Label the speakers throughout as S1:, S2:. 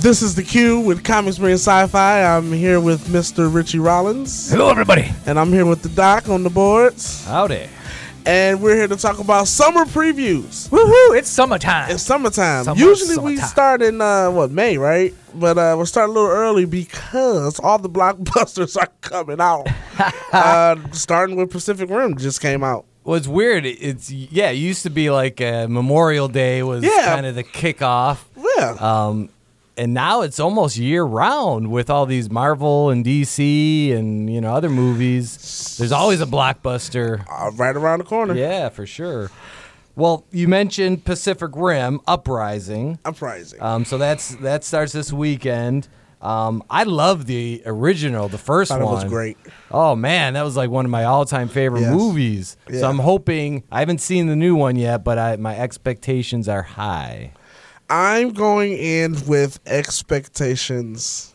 S1: This is the Q with Comics Brain Sci-Fi. I'm here with Mr. Richie Rollins,
S2: Hello, everybody.
S1: and I'm here with the Doc on the boards,
S2: Howdy.
S1: and we're here to talk about summer previews.
S2: Woohoo! It's summertime.
S1: It's summertime.
S2: Summer,
S1: Usually we
S2: summertime.
S1: start in uh, what May, right? But uh, we're starting a little early because all the blockbusters are coming out. uh, starting with Pacific Rim just came out.
S3: Well, it's weird. It- It's yeah. It used to be like uh, Memorial Day was
S1: Yeah.
S3: kind of the kickoff,
S1: Yeah,
S3: um, and now it's almost year round with all these Marvel and DC and you know other movies. There's always a blockbuster.
S1: uh, right around the corner.
S3: Yeah, for sure. Well, you mentioned Pacific Rim Uprising,
S1: Uprising.
S3: um, so that's that starts this weekend. Um, I love the original, the first
S1: Thought it
S3: one.
S1: was great.
S3: Oh man, that was like one of my all-time favorite
S1: Yes.
S3: movies.
S1: Yeah.
S3: So I'm hoping I haven't seen the new one yet, but I, my expectations are high.
S1: I'm going in with expectations.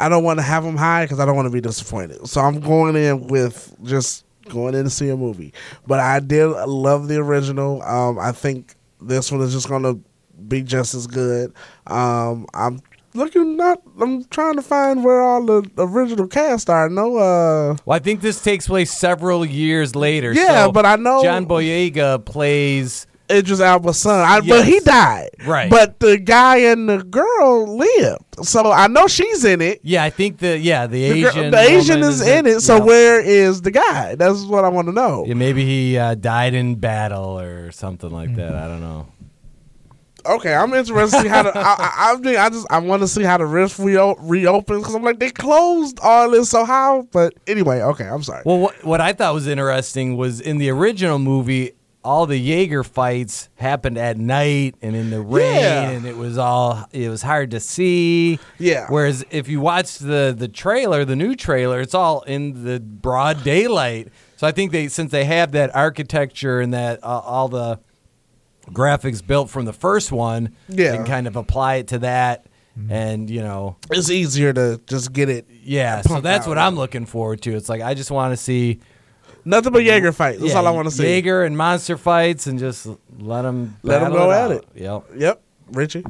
S1: I don't want to have them high because I don't want to be disappointed. So I'm going in with just going in to see a movie. But I did love the original. Um, I think this one is just going to be just as good. Um, I'm looking not. I'm trying to find where all the original cast are. No, uh,
S3: Well, I think this takes place several years later.
S1: Yeah,
S3: so
S1: but I know-
S3: John Boyega plays.
S1: Idris Elba's son. I, But
S3: Yes.
S1: he died.
S3: Right.
S1: But the guy and the girl lived. So I know she's in it.
S3: Yeah, I think the yeah the
S1: The, girl-
S3: Asian
S1: the Asian
S3: woman
S1: is in it, so
S3: yeah.
S1: where is the guy? That's what I want to know.
S3: Yeah, maybe he uh, died in battle or something like
S1: Mm-hmm.
S3: that. I don't know.
S1: Okay, I'm interested to see how the. I, I, I, mean, I just I want to see how the rift reo- reopens because I'm like they closed all this, so how? But anyway, okay, I'm sorry.
S3: Well, what, what I thought was interesting was in the original movie, all the Jaeger fights happened at night and in the rain,
S1: Yeah.
S3: and it was all it was hard to see.
S1: Yeah.
S3: Whereas if you watch the the trailer, the new trailer, it's all in the broad daylight. So I think they since they have that architecture and that uh, all the graphics built from the first one,
S1: Yeah. Mm-hmm.
S3: they can kind of apply it to that, and you know.
S1: it's easier to just get it.
S3: Yeah, so
S1: Pump
S3: that's
S1: out.
S3: what I'm looking forward to. It's like I just want to see
S1: Nothing but Jaeger fight. That's
S3: yeah,
S1: all I want to see.
S3: Jaeger and monster fights, and just let them
S1: Let 'em go at it.
S3: Yep.
S1: Yep, Richie.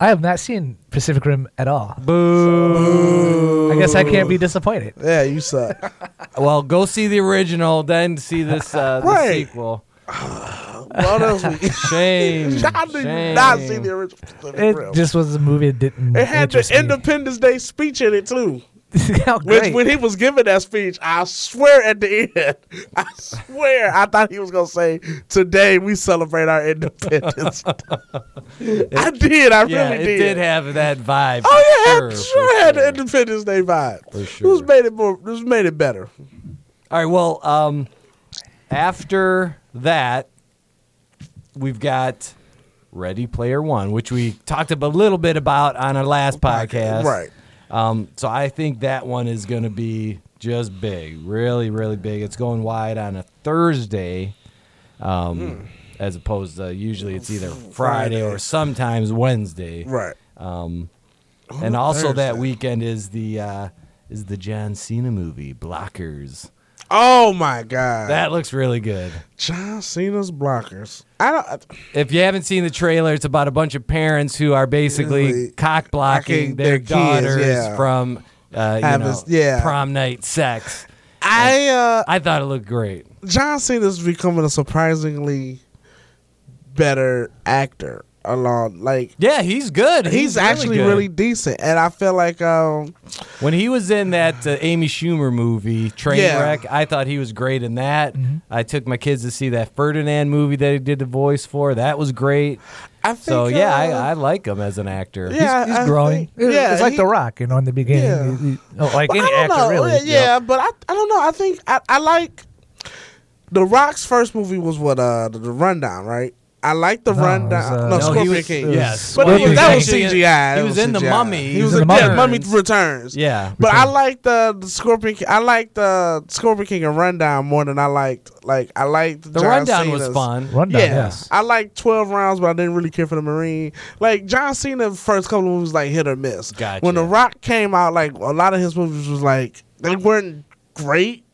S2: I have not seen Pacific Rim at all.
S3: Boo.
S2: I guess I can't be disappointed.
S1: Yeah, you suck.
S3: Well, go see the original, then see this uh, this
S1: Right.
S3: sequel.
S1: what else? We-
S3: Shame.
S1: I did not see the original. Pacific
S2: It
S1: Rim.
S2: just was a movie that didn't.
S1: It had the
S2: interest me.
S1: Independence Day speech in it too.
S2: Oh,
S1: Which,
S2: great.
S1: when he was giving that speech, I swear at the end, I swear, I thought he was gonna say, "Today we celebrate our independence." I did, I
S3: yeah,
S1: really
S3: it
S1: did.
S3: did have that vibe.
S1: oh yeah,
S3: for
S1: it
S3: sure,
S1: sure
S3: for
S1: had
S3: sure.
S1: the Independence Day vibe.
S3: For
S1: This
S3: sure.
S1: made it more. This made it better.
S3: All right. Well, um, after that, we've got Ready Player One, which we talked a b- little bit about on our last podcast.
S1: Right.
S3: Um, so I think that one is going to be just big, really, really big. It's going wide on a Thursday, um,
S1: Hmm.
S3: as opposed to usually it's either Friday or sometimes Wednesday.
S1: Right.
S3: um, And also that
S1: Thursday.
S3: weekend is the uh, is the John Cena movie Blockers.
S1: Oh my God,
S3: That looks really good.
S1: John Cena's blockers. I don't.
S3: If you haven't seen the trailer, it's about a bunch of parents who are basically
S1: Basically
S3: cock blocking
S1: blocking their
S3: their
S1: kids,
S3: daughters
S1: yeah.
S3: from uh, you
S1: Having-
S3: know,
S1: yeah.
S3: prom night sex.
S1: I uh,
S3: I thought it looked great.
S1: John Cena's becoming a surprisingly better actor. Along, like
S3: Yeah, he's good.
S1: he's, actually
S3: good.
S1: really, decent, and I feel like um,
S3: When he was in that uh, Amy Schumer movie Trainwreck, I thought he was great in that. I took my kids to see that Ferdinand movie that he did the voice for. That was great.
S1: I think
S3: So yeah, I,
S1: uh,
S3: I like him as an actor.
S1: yeah,
S2: he's
S1: I
S2: growing.
S1: think-
S2: It-
S1: yeah,
S2: it's like
S1: he-
S2: The Rock, you know, in the beginning.
S1: Yeah.
S2: He- he- oh, like
S1: but I
S2: any
S1: don't
S2: actor,
S1: know.
S2: really.
S1: Yeah, but I, I don't know. I think I, I like the Rock's first movie was what uh the, the Rundown, right? I like the
S2: No, it was,
S1: Rundown.
S2: uh,
S1: no,
S2: No, he
S1: Scorpion
S3: was-
S1: King.
S3: yes.
S1: but it
S2: Scorpion
S1: was, that was
S3: King.
S1: CGI.
S3: He
S1: That
S3: was in The
S1: CGI.
S3: Mummy.
S1: He
S3: He
S1: was
S2: was
S1: in
S2: in The
S1: yeah, Mummy
S3: Mummy.
S1: Returns.
S3: Yeah.
S1: But I like the, the Scorpion. King, I like the Scorpion King and Rundown more than I liked. Like I liked
S3: The
S1: John
S3: rundown was
S1: Cena's.
S3: fun.
S2: Rundown,
S1: Yeah.
S2: yes.
S1: I like 12 rounds, but I didn't really care for the Marine. Like, John Cena, first couple of movies, like, hit or miss.
S3: Gotcha.
S1: When The Rock came out, like, a lot of his movies was like, they weren't great,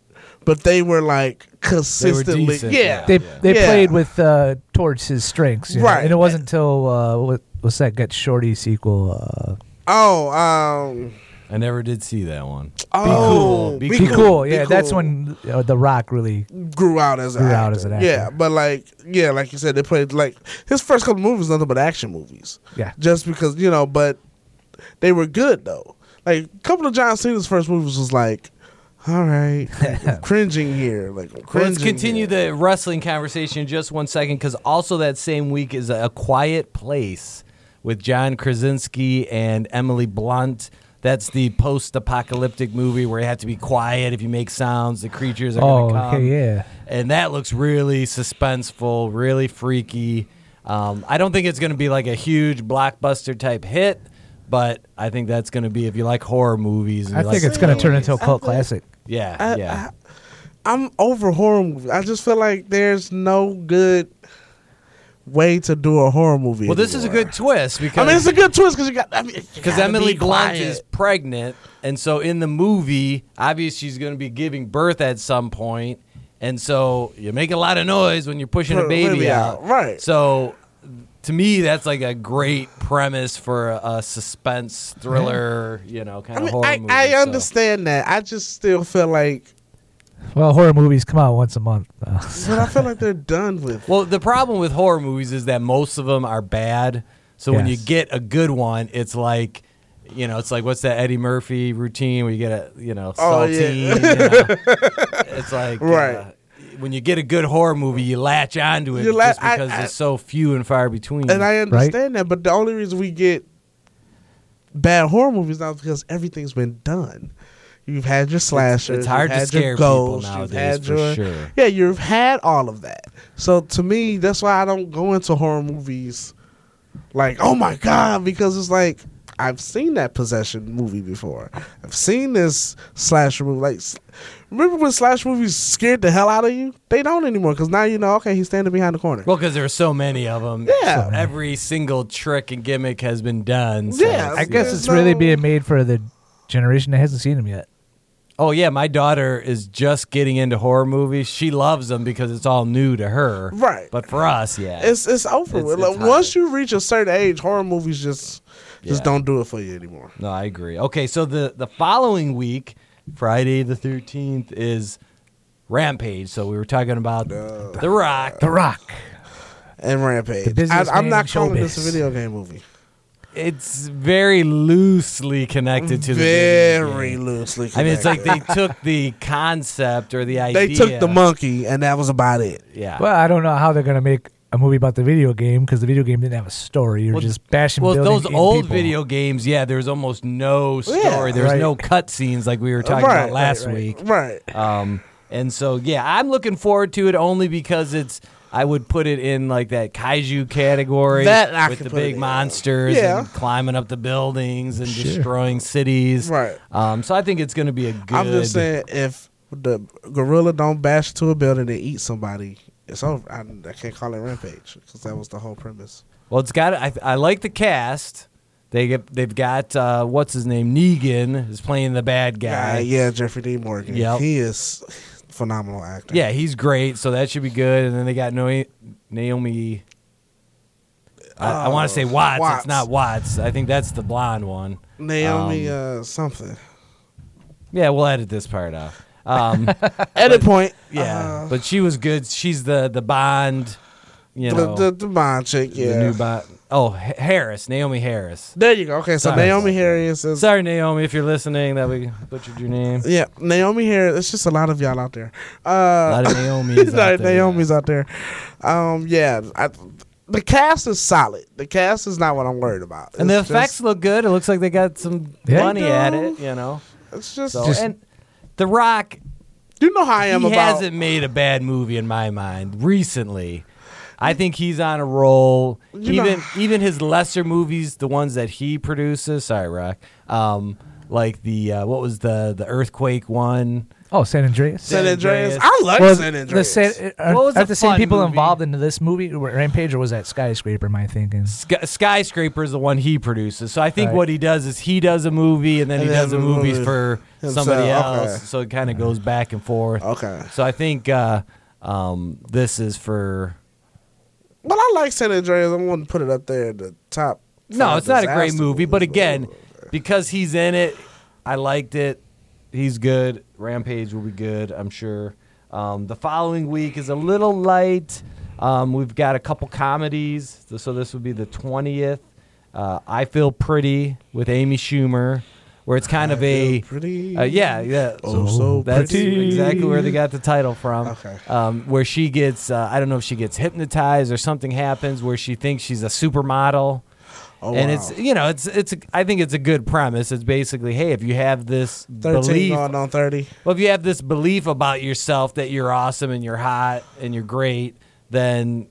S1: but they were, like, consistently.
S3: decent,
S1: yeah.
S2: They
S3: Yeah.
S2: they
S1: Yeah.
S2: played with uh, towards his strengths, you know,
S1: Right.
S2: And it wasn't until uh, what what's that Got Shorty sequel? Uh,
S1: Oh, um,
S3: I never did see that one.
S1: oh,
S3: Be
S2: be,
S3: Cool.
S2: cool. Yeah, that's when uh, The Rock really.
S1: grew out as an
S2: Grew
S1: actor.
S2: out as an actor.
S1: Yeah, but like yeah, like you said, they played like his first couple movies nothing but action movies.
S2: Yeah.
S1: Just because you know, but they were good though. Like a couple of John Cena's first movies was like, all right, I'm cringing here, like I'm
S3: Well,
S1: cringing.
S3: let's continue
S1: here.
S3: the wrestling conversation in just one second because also that same week is A Quiet Place with John Krasinski and Emily Blunt. That's the post-apocalyptic movie where you have to be quiet if you make sounds. The creatures are
S2: Oh,
S3: going to come.
S2: okay, yeah.
S3: and that looks really suspenseful, really freaky. Um, I don't think it's going to be like a huge blockbuster type hit, but I think that's going to be if you like horror movies. And
S2: I
S3: you like
S2: think it's going to turn into a
S1: I
S2: cult
S1: think-
S2: classic.
S3: yeah,
S1: I,
S3: yeah.
S1: I, I'm over horror movies. I just feel like there's no good way to do a horror movie.
S3: well, this is a
S1: anymore.
S3: good twist because
S1: I mean, it's a good twist because you got. I mean,
S3: because Emily Blunt is pregnant, and so in the movie, obviously she's going to be giving birth at some point, and so you make a lot of noise when you're pushing
S1: Put
S3: a
S1: a
S3: baby,
S1: baby
S3: out.
S1: out, right.
S3: So, to me, that's like a great premise for a, a suspense thriller, you know, kind
S1: I
S3: of
S1: mean,
S3: horror
S1: I,
S3: movie.
S1: I
S3: so.
S1: understand that. I just still feel like,
S2: Well, horror movies come out once a month. Uh,
S1: but I feel like they're done with.
S3: Well, the problem with horror movies is that most of them are bad. So when you
S2: Yes.
S3: get a good one, it's like, you know, it's like what's that Eddie Murphy routine where you get a, you know,
S1: Oh,
S3: saltine.
S1: yeah.
S3: you know? It's like uh,
S1: Right.
S3: when you get a good horror movie, you latch onto it
S1: You la-
S3: just
S1: I-
S3: because
S1: I-
S3: there's so few and far between.
S1: And I understand that, but the only reason we get bad horror movies now is because everything's been done. You've had your slashers.
S3: it's
S1: you've
S3: hard to
S1: had your
S3: scare people
S1: ghosts, you've
S3: nowadays,
S1: had
S3: for
S1: your-
S3: sure.
S1: Yeah, you've had all of that. So to me, that's why I don't go into horror movies like, oh my God, because it's like, I've seen that possession movie before. I've seen this slasher movie. Like, s- remember when slash movies scared the hell out of you? They don't anymore because now you know, okay, he's standing behind the corner.
S3: well, because there are so many of them.
S1: Yeah.
S3: every single trick and gimmick has been done. so
S1: Yeah,
S3: it's-
S2: I guess
S1: There's
S2: it's really
S1: no-
S2: being made for the generation that hasn't seen them yet.
S3: Oh yeah, my daughter is just getting into horror movies. She loves them because it's all new to her.
S1: Right.
S3: But for us, yeah.
S1: It's it's over
S3: It's-
S1: with.
S3: it's
S1: Like, once
S3: hard.
S1: you reach a certain age, horror movies just just
S3: Yeah.
S1: don't do it for you anymore.
S3: no, I agree. Okay, so the the following week, Friday the 13th is Rampage. So we were talking about The Rock.
S2: The Rock.
S1: And Rampage.
S2: The business
S1: I, am not
S2: man
S1: calling
S2: showbiz.
S1: this a video game movie.
S3: It's very loosely connected to the video game.
S1: Very loosely.
S3: I mean, it's like
S1: connected.
S3: they took the concept or the idea.
S1: they took the monkey, and that was about it.
S3: Yeah.
S2: Ah. Well, I don't know how they're going to make a movie about the video game because the video game didn't have a story. You're
S3: Well,
S2: just bashing
S3: Well,
S2: buildings.
S3: those
S2: in
S3: old
S2: people.
S3: video games, yeah, there was almost no story.
S1: Oh, Yeah,
S3: there was
S2: right.
S3: no cutscenes like we were talking
S1: Right,
S3: about last
S2: right, right.
S3: week.
S1: Right.
S3: Um, and so yeah, I'm looking forward to it only because it's I would put it in like that kaiju category
S1: That I
S3: with
S1: could
S3: the
S1: put it
S3: big
S1: in.
S3: monsters
S1: Yeah.
S3: and climbing up the buildings and
S2: Sure.
S3: destroying cities.
S1: Right.
S3: Um, so I think it's going to be a good.
S1: I'm just saying, if the gorilla don't bash to a building and eat somebody, it's over. I, I can't call it Rampage because that was the whole premise.
S3: Well, it's got. I, I like the cast. They get, they've got uh, what's his name Negan is playing the bad
S1: Yeah,
S3: guy.
S1: yeah, Jeffrey D. Morgan.
S3: Yep.
S1: He is a phenomenal actor.
S3: Yeah, he's great, so that should be good. And then they got Noi- Naomi. I, I want to say
S1: Uh,
S3: Watts.
S1: Watts.
S3: It's not Watts. I think that's the blonde one. Um,
S1: Naomi uh, something.
S3: Yeah, we'll edit this part out. Um,
S1: Edit point.
S3: yeah,
S1: Uh,
S3: but she was good. She's the the Bond, you know,
S1: the, the,
S3: the,
S1: the Bond chick, yeah.
S3: new Bond. Oh, H- Harris, Naomi Harris.
S1: There you go. Okay, so
S3: Sorry.
S1: Naomi Harris is.
S3: Sorry, Naomi, if you're listening, that we butchered your name.
S1: Yeah, Naomi Harris. It's just a lot of y'all out there. Uh,
S3: A lot of Naomi's out there.
S1: Naomi's out there. Um, yeah, I, the cast is solid. The cast is not what I'm worried about.
S3: And the
S1: It's
S3: effects
S1: just-
S3: look good. It looks like they got some
S2: Yeah.
S3: money at
S1: They do.
S3: it, you know.
S1: It's just,
S3: So
S2: Just-
S3: and The Rock
S1: you know how I am
S3: he
S1: about.
S3: hasn't made a bad movie in my mind recently. I think he's on a roll.
S1: You know-
S3: even even his lesser movies, the ones that he produces. Sorry, Rock. Um, like the uh, what was the the earthquake one?
S2: Oh, San Andreas.
S1: San
S3: San
S1: Andreas.
S3: Andreas.
S1: I like
S2: Well,
S1: San
S2: The
S1: Andreas.
S2: San, are,
S3: What was
S2: are
S3: a
S2: the same
S3: fun
S2: people
S3: movie?
S2: involved in this movie? Rampage or was that Skyscraper? Am I thinking?
S3: Sky- Skyscraper is the one he produces. So I think
S2: Right.
S3: what he does is he does a movie and then
S1: And
S3: he
S1: then
S3: does
S1: the
S3: a movie
S1: movie
S3: for
S1: himself,
S3: somebody
S1: okay.
S3: else. So it kind of goes back and forth.
S1: okay,
S3: So I think uh, um, this is for
S1: but I like San Andreas. I'm going to put it up there in the top
S3: No,
S1: a
S3: it's not a great
S1: disaster
S3: movie,
S1: movie,
S3: but
S1: but-
S3: again, because he's in it, I liked it. He's good. Rampage will be good, I'm sure. Um, the following week is a little light. Um, we've got a couple comedies, so this would be the 20th. Uh, I Feel Pretty with Amy Schumer, where it's kind of a
S1: pretty.
S3: uh, yeah, yeah.
S1: Oh, so
S3: That's
S1: pretty.
S3: exactly where they got the title from.
S1: Okay.
S3: Um, where she gets, uh, I don't know if she gets hypnotized or something happens where she thinks she's a supermodel.
S1: Oh,
S3: and
S1: wow.
S3: it's, you know, it's, it's, I think it's a good premise. It's basically, hey, if you have this
S1: 13
S3: belief,
S1: going on 30.
S3: well, if you have this belief about yourself that you're awesome and you're hot and you're great, then,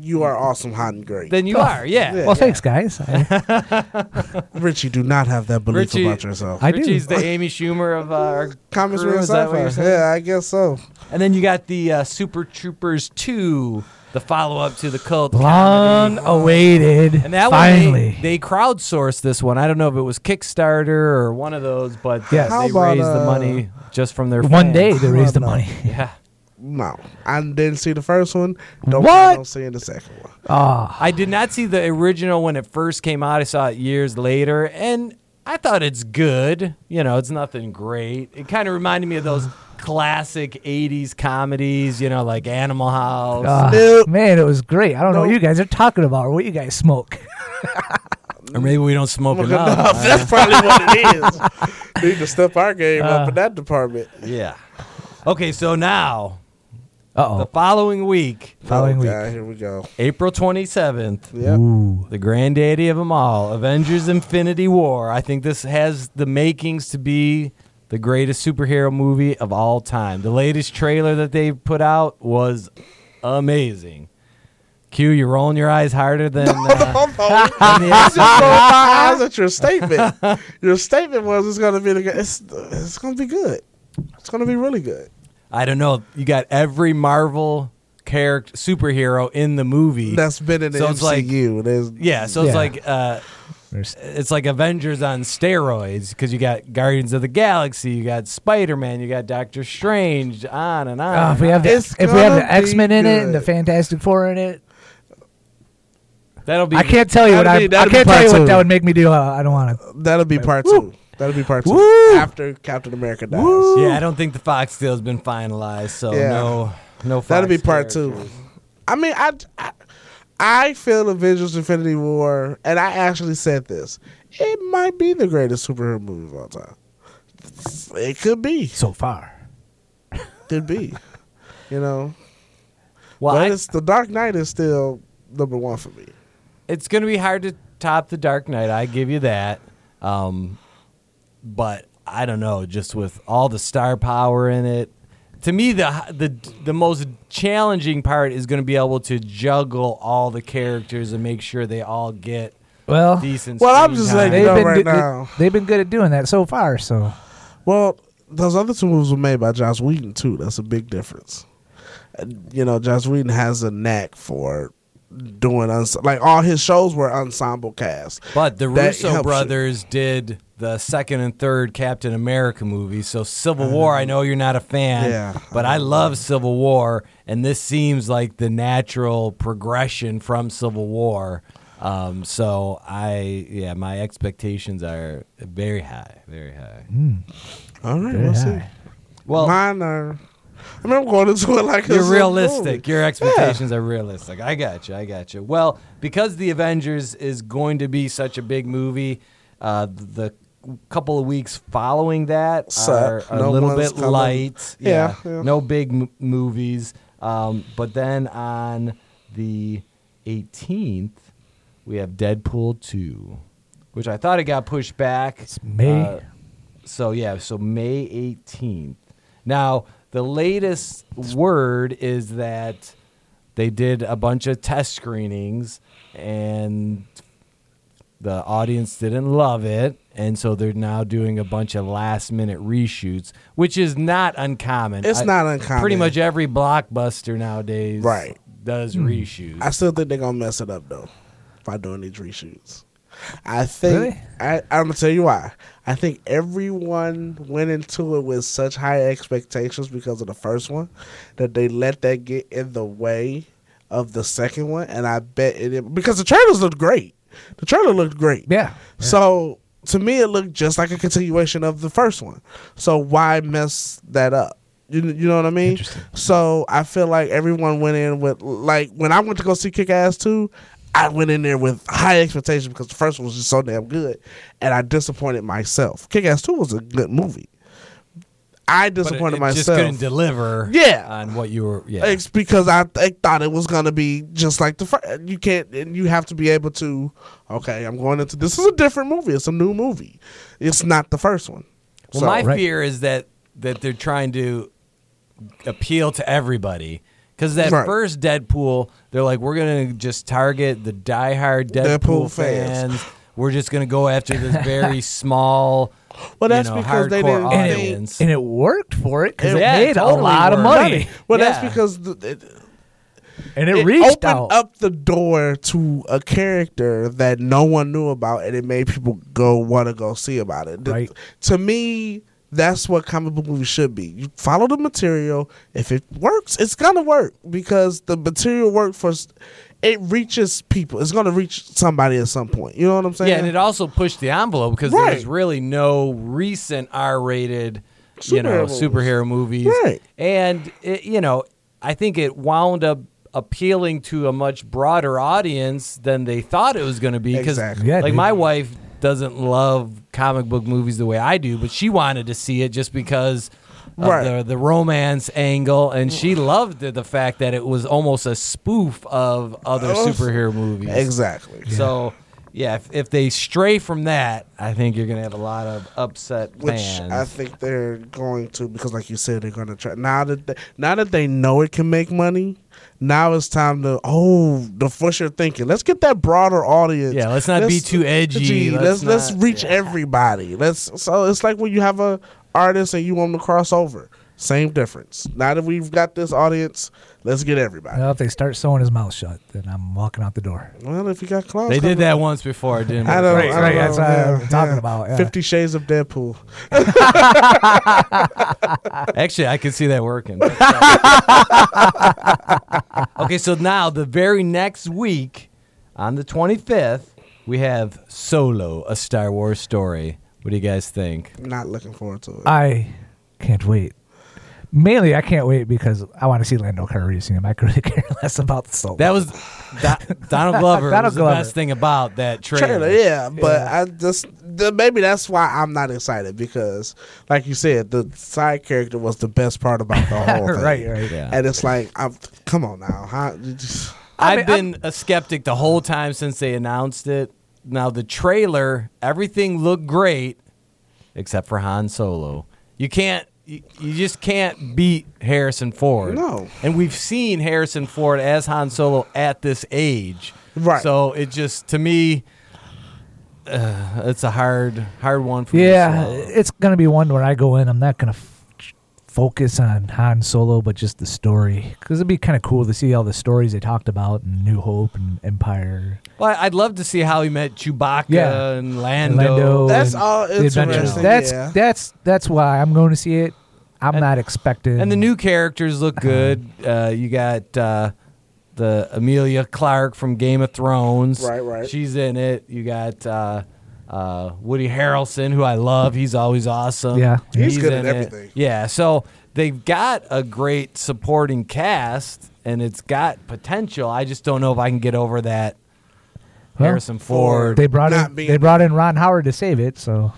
S1: You are awesome, hot, and great.
S3: then you are. Yeah.
S1: Oh, Yeah.
S2: Well, thanks, guys. I,
S1: Richie, do not have that belief
S3: Richie-
S1: about yourself.
S2: I do.
S3: Richie's the Amy Schumer of uh, our
S1: Comments
S3: crew,
S1: were
S3: is that what you're
S1: sci
S3: saying?
S1: Yeah, I guess so.
S3: And then you got the uh, Super Troopers 2, the follow up to the cult.
S2: long
S3: comedy.
S2: awaited.
S3: And that
S2: finally.
S3: one, they, they crowdsourced this one. I don't know if it was Kickstarter or one of those, but
S2: Yes.
S3: they
S1: How about,
S3: raised the
S1: uh,
S3: money just from their
S2: one
S3: fans.
S2: day they raised the
S1: Well, no.
S2: money.
S3: Yeah.
S1: No, I didn't see the first one. Don't
S2: What?
S1: plan on seeing the second one.
S2: Ah,
S3: I did not see the original when it first came out. I saw it years later, and I thought it's good. You know, it's nothing great. It kind of reminded me of those classic 80s comedies, you know, like Animal House.
S2: ah,
S1: Nope.
S2: man, it was great. I don't know what
S1: Nope.
S2: you guys are talking about or what you guys smoke.
S3: or maybe we don't smoke enough.
S1: Enough. That's probably what it is. Need to step our game up in that department.
S3: Yeah. Okay, so now the
S2: Uh
S3: following week,
S2: Following
S1: oh,
S2: week.
S1: God, here we go.
S3: April 27th,
S2: oh.
S1: Yep.
S2: Ooh.
S3: the granddaddy of them all, Avengers Infinity War. I think this has the makings to be the greatest superhero movie of all time. The latest trailer that they put out was amazing. Q, you're rolling your eyes harder than. Uh,
S1: Hold on.
S3: than the
S1: Just rolled my eyes at your statement. Your statement was it's gonna be the it's it's gonna be good. It's gonna be really good.
S3: I don't know. You got every Marvel character superhero in the movie.
S1: That's been in the
S3: So it's like-
S1: MCU. There's
S3: yeah, so it's
S2: Yeah.
S3: like. Uh,
S2: There's-
S3: it's like Avengers on steroids because you got Guardians of the Galaxy, you got Spider Man, you got Doctor Strange, on and on.
S2: Ah, if we have the,
S1: It's
S2: if we have
S1: gonna
S2: the X Men in it and the
S1: be good.
S2: Fantastic Four in it,
S3: that'll be.
S2: I can't tell you what
S1: That'd
S2: I,
S1: be-
S2: I
S1: that'd be
S2: can't tell
S1: part
S2: you what
S1: two.
S2: that would make me do. Uh, I don't want to.
S1: that'll be part
S2: Woo.
S1: two. That'll be part two
S2: Woo.
S1: after Captain America dies.
S3: Yeah, I don't think the Fox deal's been finalized, so
S1: Yeah.
S3: no, no. Fox
S1: That'll be part
S3: characters.
S1: two. I mean, I, I, I feel Avengers Infinity War, and I actually said this. It might be the greatest superhero movie of all time. It could be.
S2: So far,
S1: Could be. You know?
S3: Well,
S1: but
S3: I-
S1: it's, The Dark Knight is still number one for me.
S3: it's going to be hard to top the Dark Knight. I give you that. Um, but I don't know, just with all the star power in it. To me, the the the most challenging part is going to be able to juggle all the characters and make sure they all get
S2: well,
S3: decent.
S1: Oh, Well, I'm
S3: screen
S1: just
S3: time.
S1: like,
S2: they've
S1: know
S2: been
S1: right
S2: do-
S1: now.
S2: they, have been good at doing that so far. So
S1: Well, those other two movies were made by Joss Whedon, too. That's a big difference. And, you know, Joss Whedon has a knack for doing, uns- like, all his shows were ensemble cast.
S3: But the
S1: That helps
S3: Russo
S1: it.
S3: brothers did the second and third Captain America movies. So Civil War, I know you're not a fan,
S1: Oh. Yeah.
S3: but I love Civil War, and this seems like the natural progression from Civil War. Um, so I, yeah, my expectations are very high, very high.
S1: Hmm. All right,
S2: Very
S1: we'll see.
S2: high.
S3: Well,
S1: Mine are. I mean, I'm going into it like it's
S3: You're
S1: a
S3: realistic.
S1: movie.
S3: Your expectations are realistic. I got you. I got you. Well, because the Avengers is going to be such a big movie, uh, the couple of weeks following that
S1: Suck.
S3: are a
S1: No
S3: little
S1: one's
S3: bit
S1: coming.
S3: light.
S1: Yeah, yeah.
S3: No big m- movies. Um, but then on the 18th, we have Deadpool 2, which I thought it got pushed back.
S2: It's May.
S3: Uh, so yeah, so May 18th. Now, the latest word is that they did a bunch of test screenings and the audience didn't love it and so they're now doing a bunch of last minute reshoots which is not uncommon
S1: It's not uncommon.
S3: pretty much every blockbuster nowadays
S1: Right. Hmm.
S3: does reshoots
S1: I still think they're gonna mess it up though by doing these reshoots. I think
S2: Really?
S1: I, I'm gonna tell you why. I think everyone went into it with such high expectations because of the first one that they let that get in the way of the second one, and I bet it because the trailers looked great. The trailer looked great.
S2: Yeah.
S1: So to me, it looked just like a continuation of the first one. So why mess that up? You, you know what I mean?
S2: Interesting.
S1: So I feel like everyone went in with like when I went to go see Kick Ass two, I went in there with high expectations because the first one was just so damn good, and I disappointed myself. Kick Ass two was a good movie. I disappointed
S3: but it- it Just
S1: myself.
S3: couldn't deliver.
S1: Yeah.
S3: On what you were. Yeah.
S1: It's because I, I thought it was gonna be just like the first. You can't, and you have to be able to. Okay, I'm going into this is a different movie. It's a new movie. It's not the first one.
S3: Well,
S1: So-
S3: my
S2: Right.
S3: fear is that that they're trying to appeal to everybody because that
S1: Right.
S3: first Deadpool, they're like, we're gonna just target the diehard Deadpool,
S1: Deadpool fans.
S3: fans. We're just gonna go after this very small.
S1: Well,
S3: you
S1: that's
S3: know,
S1: because they
S3: hardcore
S1: didn't
S2: And
S1: think-
S3: audience.
S2: it, and it worked for it because it,
S3: Yeah, it
S2: made
S3: totally
S2: a lot of
S3: worked.
S2: money.
S1: Well,
S3: Yeah.
S1: that's because th- it,
S2: And it,
S1: it opened
S2: reached out.
S1: up the door to a character that no one knew about, and it made people go want to go see about it. Th-
S2: Right.
S1: To me. That's what comic book movies should be. You follow the material. If it works, it's gonna work because the material worked for. s- It reaches people. It's gonna reach somebody at some point. You know what I'm saying?
S3: yeah, and it also pushed the envelope because
S1: Right.
S3: there's really no recent R-rated, you know,
S1: Superhero movies.
S3: superhero movies,
S1: Right.
S3: and it, you know, I think it wound up appealing to a much broader audience than they thought it was going to be. Because,
S1: Exactly.
S2: Yeah,
S3: like,
S2: dude.
S3: my wife doesn't love comic book movies the way I do, but she wanted to see it just because. Of
S1: Right.
S3: the, the romance angle, and she loved the, the fact that it was almost a spoof of other
S1: Oh,
S3: superhero movies.
S1: exactly.
S3: So, yeah, if, if they stray from that, I think you're going to have a lot of upset
S1: Which
S3: fans.
S1: I think they're going to because, like you said, they're going to try now that they, now that they know it can make money. Now it's time to oh the Fisher thinking. Let's get that broader audience.
S3: Yeah, let's not be too edgy.
S1: gee, Let's
S3: Let's
S1: let's,
S3: not-
S1: reach
S3: yeah.
S1: everybody. Let's so it's like when you have a artist and you want them to cross over. Same difference. Now that we've got this audience, let's get everybody.
S2: Well, if they start sewing his mouth shut, then I'm walking out the door.
S1: Well, if you got clowns,
S3: they
S1: coming-
S3: did that once before, it didn't
S1: I
S3: work
S1: don't,
S2: Right,
S1: I don't
S2: right,
S1: know,
S2: that's what I'm
S1: yeah,
S2: talking
S1: yeah.
S2: about, yeah.
S1: Fifty Shades of Deadpool.
S3: out. Actually, I could see that working. okay, so now the very next week, on the 25th, we have Solo, a Star Wars story. What do you guys think?
S1: Not looking forward to it.
S2: I can't wait. Mainly, I can't wait because I want to see Lando Calrissian. I could really care less about the soul.
S3: That was Do- Donald Glover.
S2: Donald
S3: was
S2: Glover.
S3: the best thing about that trailer.
S1: trailer, yeah. But I just the, maybe that's why I'm not excited because, like you said, the side character was the best part about the whole thing.
S2: right, right.
S3: Yeah.
S1: And it's like, I'm, come on now, how, you just-
S2: I
S3: I've
S2: mean,
S3: been a skeptic the whole time since they announced it. Now the trailer, everything looked great except for Han Solo. You can't you, you just can't beat Harrison Ford.
S1: No.
S3: And we've seen Harrison Ford as Han Solo at this age.
S1: Right.
S3: So it just to me uh, it's a hard hard one for me to
S2: Yeah,
S3: swallow.
S2: it's gonna be one where I go in. I'm not gonna f- focus on Han Solo, but just the story, because it'd be kind of cool to see all the stories they talked about and New Hope and Empire.
S3: Well, I'd love to see how he met Chewbacca
S2: Yeah.
S3: and
S2: and
S3: Lando.
S2: Lando
S1: That's
S2: and
S1: all
S2: the adventures.
S1: interesting,
S2: That's
S1: yeah.
S2: that's that's why I'm going to see it. I'm
S3: And-
S2: not expecting.
S3: And the new characters look good.
S2: Uh-huh.
S3: Uh, you got uh, the Amelia Clark from Game of Thrones.
S1: Right, right.
S3: She's in it. You got uh, uh, Woody Harrelson, who I love. He's always awesome.
S2: Yeah.
S1: He's good at
S3: in it.
S1: everything.
S3: Yeah. So they've got a great supporting cast, and it's got potential. I just don't know if I can get over that
S2: Well,
S3: Harrison Ford.
S2: They brought
S1: Not
S2: in
S1: being-
S2: they brought in Ron Howard to save it. So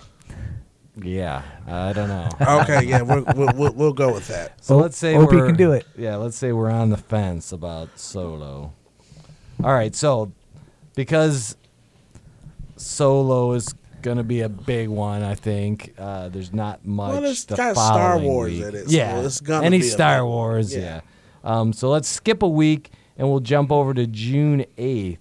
S3: yeah. I don't know.
S1: okay, yeah, we're, we'll, we'll we'll go with that.
S3: So
S2: Hope-
S3: let's say
S2: hope he
S3: we're-
S2: can do it.
S3: Yeah, let's say we're on the fence about Solo. All right, so because Solo is going to be a big one, I think uh, there's not much.
S1: Well, it's
S3: the
S1: got Star
S3: following
S1: Wars
S3: week.
S1: in it, so
S3: yeah,
S1: it's gonna
S3: any
S1: be a
S3: Star
S1: big one.
S3: Wars.
S1: Yeah.
S3: Yeah. Um, so let's skip a week and we'll jump over to June eighth.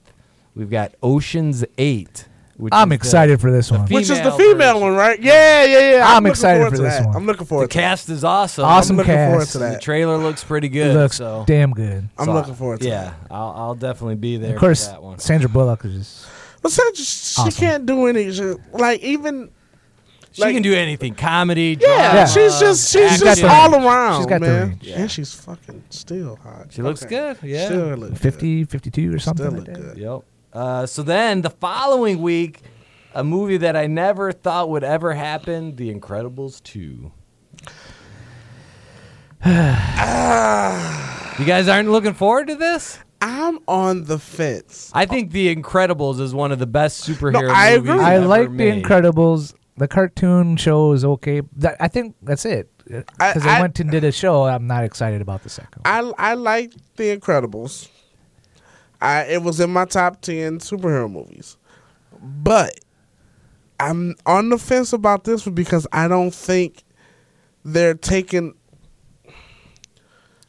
S3: We've got Ocean's Eight. Which
S2: I'm
S3: is the-
S2: excited for this one.
S3: fe-
S1: Which is the
S3: Female
S1: female
S3: version.
S1: one, right? Yeah, yeah, yeah.
S2: I'm
S1: looking
S2: excited
S1: forward
S2: for
S1: to
S2: this
S1: that.
S2: one.
S1: I'm looking
S3: The
S1: forward. to that.
S3: cast is awesome.
S1: I'm
S2: Awesome
S1: looking forward
S2: cast.
S1: to
S3: The
S1: that.
S3: trailer looks pretty
S2: It
S3: good.
S2: looks
S3: so.
S2: damn good.
S1: I'm
S3: So,
S1: looking forward to
S3: yeah, I'll, I'll definitely be there
S2: Of course,
S3: for that one.
S2: Sandra Bullock is. Just,
S1: But Sandra, she
S2: Awesome.
S1: can't do any shit. Like even
S3: She
S1: like-
S3: can do anything. Comedy,
S1: yeah,
S3: drama,
S1: she's just
S3: action.
S1: she's
S2: got
S1: just
S2: the
S1: all
S2: range.
S1: around.
S2: She's got the
S1: man.
S2: range.
S1: Yeah. And she's fucking still hot.
S3: She looks
S1: Okay.
S3: good. Yeah.
S1: Still look good.
S2: 50, 52 or something
S1: Still
S2: like
S1: look
S2: that.
S1: good.
S3: Yep. Uh, so then the following week, a movie that I never thought would ever happen The Incredibles 2. you guys aren't looking forward to this?
S1: I'm on the fence.
S3: I think The Incredibles is one of the best superhero
S1: I
S3: movies.
S1: agree.
S2: I
S3: ever
S2: like
S3: made.
S2: The Incredibles. The cartoon show is okay. That, I think that's it.
S1: I-
S2: Because I,
S1: I-
S2: went and did a show. I'm not excited about the second.
S1: I
S2: one.
S1: I like The Incredibles. I it was in my top ten superhero movies, but I'm on the fence about this one because I don't think they're taking.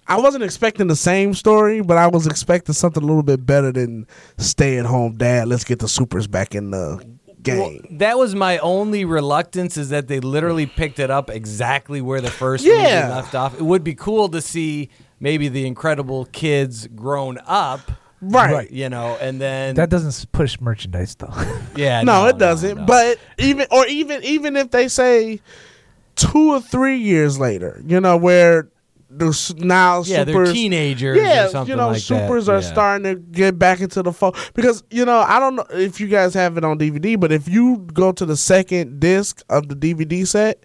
S1: I wasn't expecting the same story, but I was expecting something a little bit better than stay at home dad. Let's get the supers back in the
S3: Well,
S1: game.
S3: that was my only reluctance is that they literally picked it up exactly where the first movie
S1: Yeah.
S3: left off. It would be cool to see maybe the incredible kids grown up,
S1: right.
S3: you know, and then
S2: That doesn't s- push merchandise though.
S3: yeah,
S1: no, it doesn't.
S3: no.
S1: But even or even even if they say two or three years later, you know, where there's now
S3: yeah,
S1: supers,
S3: they're teenagers or
S1: yeah,
S3: something
S1: you know,
S3: like that.
S1: supers are
S3: Yeah.
S1: starting to get back into the fall because you know I don't know if you guys have it on DVD, but if you go to the second disc of the DVD set.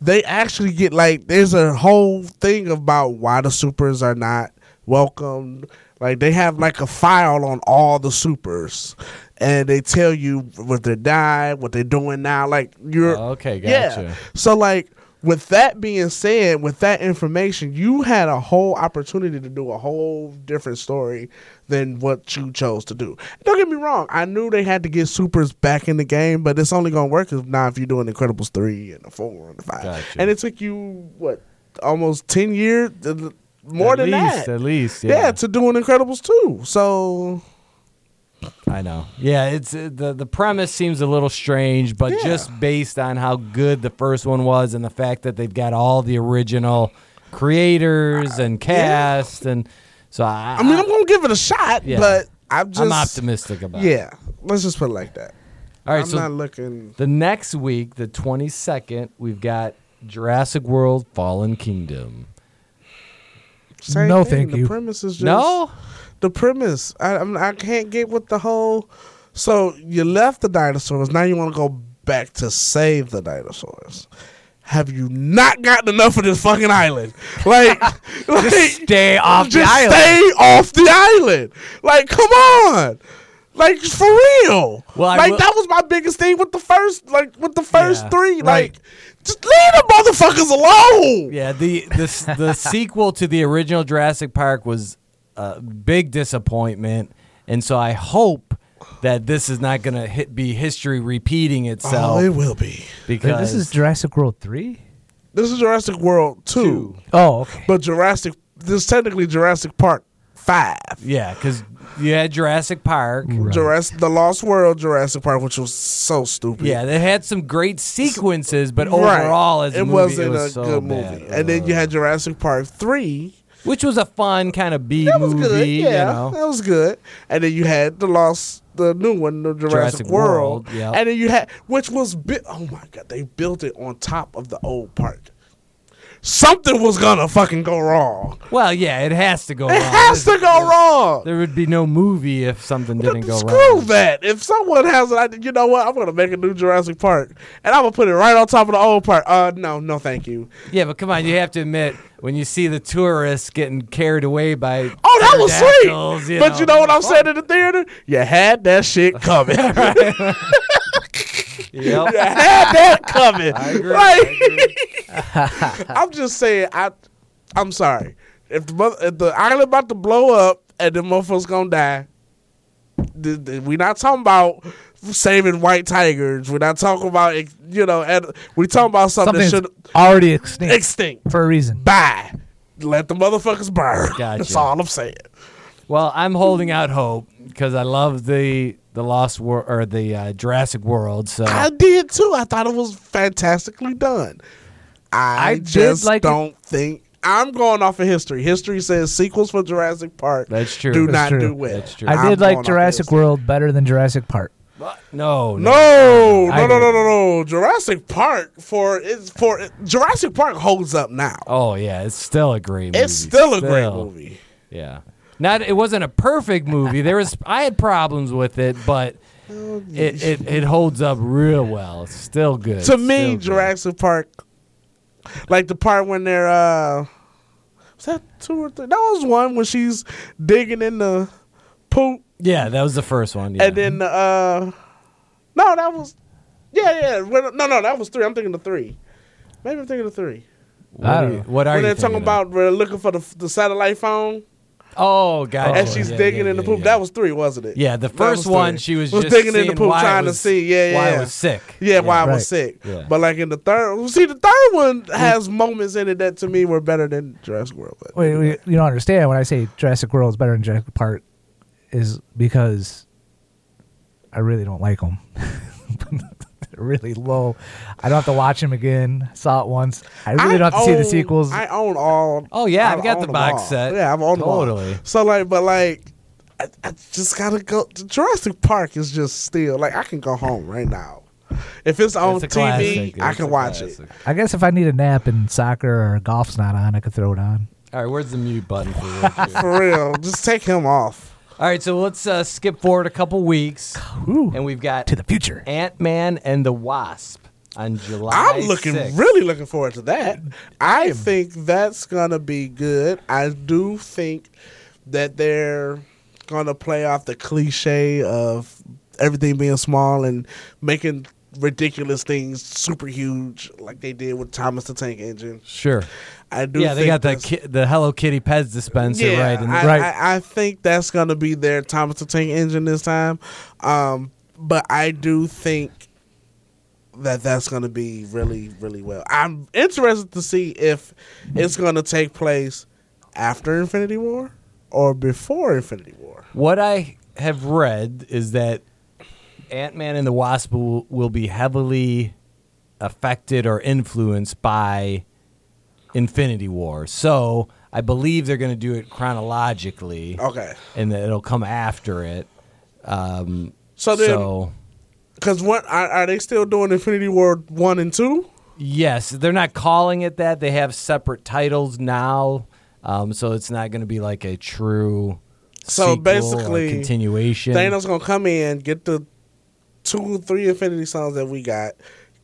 S1: They actually get like there's a whole thing about why the supers are not welcomed. Like they have like a file on all the supers, and they tell you what they died, what they're doing now. Like you're
S3: Okay,
S1: yeah.
S3: gotcha.
S1: So like with that being said, with that information, you had a whole opportunity to do a whole different story than what you chose to do. Don't get me wrong, I knew they had to get supers back in the game, but it's only gonna work if now if you're doing Incredibles three and the four and the five.
S3: Gotcha.
S1: And it took you what almost ten years th- more
S3: at
S1: than
S3: least,
S1: that.
S3: At least,
S1: yeah. to do an Incredibles two. So
S3: I know. Yeah, it's uh, the the premise seems a little strange, but
S1: Yeah.
S3: just based on how good the first one was and the fact that they've got all the original creators and cast and so I,
S1: I mean, I'm gonna give it a shot,
S3: Yeah.
S1: but I'm just
S3: I'm optimistic about it.
S1: Yeah, let's just put it like that.
S3: All right,
S1: I'm
S3: so
S1: not looking.
S3: the next week, the 22nd, we've got Jurassic World Fallen Kingdom.
S1: Same
S2: No,
S1: thing.
S2: thank
S1: the
S2: you.
S1: premise is just
S3: No?
S1: the premise. I I'm, I can't get with the whole. So you left the dinosaurs. Now you want to go back to save the dinosaurs. Have you not gotten enough of this fucking island? Like, like just
S3: Stay off the
S1: just
S3: island.
S1: stay off the island. Like, come on. Like for real.
S3: Well, I
S1: like
S3: will-
S1: that was my biggest thing with the first, like with the first
S3: Yeah,
S1: three.
S3: right.
S1: Like, just leave the motherfuckers alone.
S3: Yeah, the the s- the sequel to the original Jurassic Park was a big disappointment, and so I hope that this is not going to hit, be history repeating
S1: Oh,
S3: itself
S1: it will be.
S3: because
S2: this is Jurassic World three.
S1: This is Jurassic World 2,
S3: Two.
S2: Oh, okay.
S1: but Jurassic this is technically Jurassic Park 5.
S3: yeah, because you had Jurassic Park.
S1: Jurassic the Lost World Jurassic Park which was so stupid.
S3: Yeah, they had some great sequences, but
S1: Right.
S3: overall, as a
S1: it
S3: movie,
S1: wasn't
S3: it was
S1: a
S3: so
S1: good
S3: bad.
S1: movie. And then you had Jurassic Park 3.
S3: which was a fun kind of B
S1: That was
S3: movie.
S1: good. Yeah.
S3: you know?
S1: That was good. And then you had the Lost the new one, the Jurassic,
S3: Jurassic
S1: World.
S3: World, yep.
S1: And then you had which was bi- oh my god, they built it on top of the old park. Something was gonna fucking go wrong.
S3: Well, yeah, it has to go.
S1: It
S3: wrong.
S1: has to go wrong.
S3: There would be no movie if something didn't go
S1: Screw
S3: wrong.
S1: that. If someone has an idea, you know what? I'm gonna make a new Jurassic Park, and I'm gonna put it right on top of the old part. Uh, no, no, thank you.
S3: Yeah, but come on, you have to admit when you see the tourists getting carried away by
S1: Oh, that was
S3: pterodactyls,
S1: sweet. but you know what I'm saying in the theater? You had that shit coming. you had
S3: Oh, Yep.
S1: that coming. I
S3: agree,
S1: am just saying. I, I'm sorry. If the mother, if the island about to blow up and the motherfuckers gonna die, th- th- we not talking about saving white tigers. We're not talking about you know. And we talking about something that
S2: Something's
S1: should
S2: already extinct
S1: extinct.
S2: for a reason.
S1: Bye. Let the motherfuckers burn.
S3: Gotcha.
S1: That's all I'm saying.
S3: Well, I'm holding out hope because I love the the Lost World or the uh, Jurassic World. So
S1: I did too. I thought it was fantastically done. I,
S2: I did
S1: just
S2: like it.
S1: don't think I'm going off of history. History says sequels for Jurassic Park
S3: That's true.
S1: do
S3: That's
S1: not
S2: true.
S1: do well.
S3: That's true.
S2: I
S1: I'm
S2: did
S1: going off
S2: like
S1: of
S2: Jurassic
S1: history.
S2: World better than Jurassic Park.
S3: no, no,
S1: No, no,
S2: I
S1: no, no,
S2: agree.
S1: no, no. Jurassic Park for it's for Jurassic Park holds up now.
S2: Oh,
S3: Oh yeah, it's still a great. movie.
S1: it's still a great movie.
S3: Yeah. Not it wasn't a perfect movie. There was I had problems with it, but
S1: Oh,
S3: it it, it holds up real well. It's still good.
S1: to me,
S3: Still good.
S1: Jurassic Park, like the part when they're uh, was that two or three? That was one when she's digging in the poop,
S3: Yeah, that was the first one. Yeah.
S1: and then the uh, no, that was yeah, yeah. when- no, no, that was three. I'm thinking of three. Maybe I'm thinking of three.
S3: what
S2: I
S3: are
S2: don't
S3: you,
S2: know.
S3: what are
S1: when
S3: you
S1: they're talking
S3: thinking
S1: about we're looking for the, the satellite phone
S3: Of? Oh, god.
S1: and she's digging in the poop. That was three, wasn't it?
S3: yeah. The
S1: That was
S3: first one,
S1: three.
S3: she was, just digging in the poop,
S1: trying to see. Yeah, yeah,
S3: why
S1: yeah.
S3: it was sick.
S1: Yeah, why I
S2: right. Mm.
S1: was sick.
S3: Yeah.
S1: But like in the third, well, see, the third one has moments in it that to me were better than Jurassic World. But
S2: Wait, wait, you don't understand when I say Jurassic World is better than Jurassic Park is because I really don't like them. really low. I don't have to watch them again. Saw it once. I really don't have to see
S1: own-
S2: the sequels.
S1: Oh, I own all.
S3: Oh, yeah,
S1: I
S3: I've got
S1: own
S3: the
S1: them
S3: box
S1: all.
S3: set.
S1: Yeah, I've owned totally.
S3: Totally.
S1: So like, but like, I, I just gotta go. Jurassic Park is just still like I can go home right now. If it's on
S3: It's a
S1: TV,
S3: classic.
S1: I
S3: It's
S1: can
S3: a
S1: watch it.
S3: classic.
S2: I guess if I need a nap and soccer or golf's not on, I could throw it on.
S3: All right, where's the mute button for this? All
S1: For real, just take him off.
S3: right, so let's uh, skip forward a couple weeks,
S2: Ooh,
S3: and we've got
S2: to the future.
S3: Ant Man and the Wasp on July.
S1: I'm looking
S3: 6th.
S1: really looking forward to that. I think that's gonna be good. I do think that they're gonna play off the cliche of everything being small and making ridiculous things super huge, like they did with Thomas the Tank Engine.
S3: Sure.
S1: I do.
S3: Yeah, they
S1: think
S3: got the
S1: that's-
S3: ki- the Hello Kitty Pez dispenser right. in
S1: I,
S3: the-
S2: right.
S1: I, I think that's gonna be their Thomas the Tank Engine this time, um, but I do think that that's gonna be really, really well. I'm interested to see if it's gonna take place after Infinity War or before Infinity War.
S3: What I have read is that Ant Man and the Wasp will, will be heavily affected or influenced by Infinity War. So I believe they're going to do it chronologically,
S1: Okay,
S3: and that it'll come after it. Um,
S1: so then
S3: so
S1: because what are, are they still doing Infinity War one and two?
S3: yes, they're not calling it that. They have separate titles now, um, so it's not going to be like a true.
S1: So
S3: sequel or
S1: basically,
S3: continuation.
S1: Thanos gonna come in, get the two, three Infinity Stones that we got,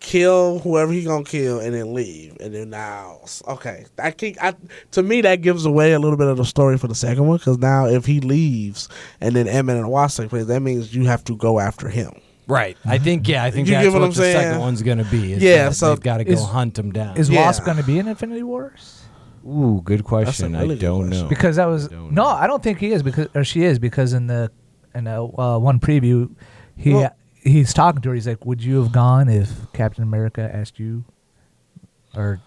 S1: kill whoever he gonna kill, and then leave. And then now, okay, I think I to me that gives away a little bit of the story for the second one because now if he leaves and then Ant Man and the Wasp take place, that means you have to go after him.
S3: Right. I think yeah. I think
S1: You
S3: that's
S1: get
S3: what,
S1: what I'm
S3: the second
S1: saying?
S3: one's going to be. is
S1: Yeah,
S3: that
S1: so
S3: they've got to go
S2: is-
S3: hunt him down.
S2: Is
S1: Yeah.
S2: Wasp going to be in Infinity Wars?
S3: Ooh, good
S1: question. I really good don't question. know.
S2: Because that was
S3: Oh, don't
S2: no, I don't think he is because or she is because in the in the, uh, one preview, he
S1: Well-
S2: he's talking to her. He's like, "Would you have gone if Captain America asked you?" Or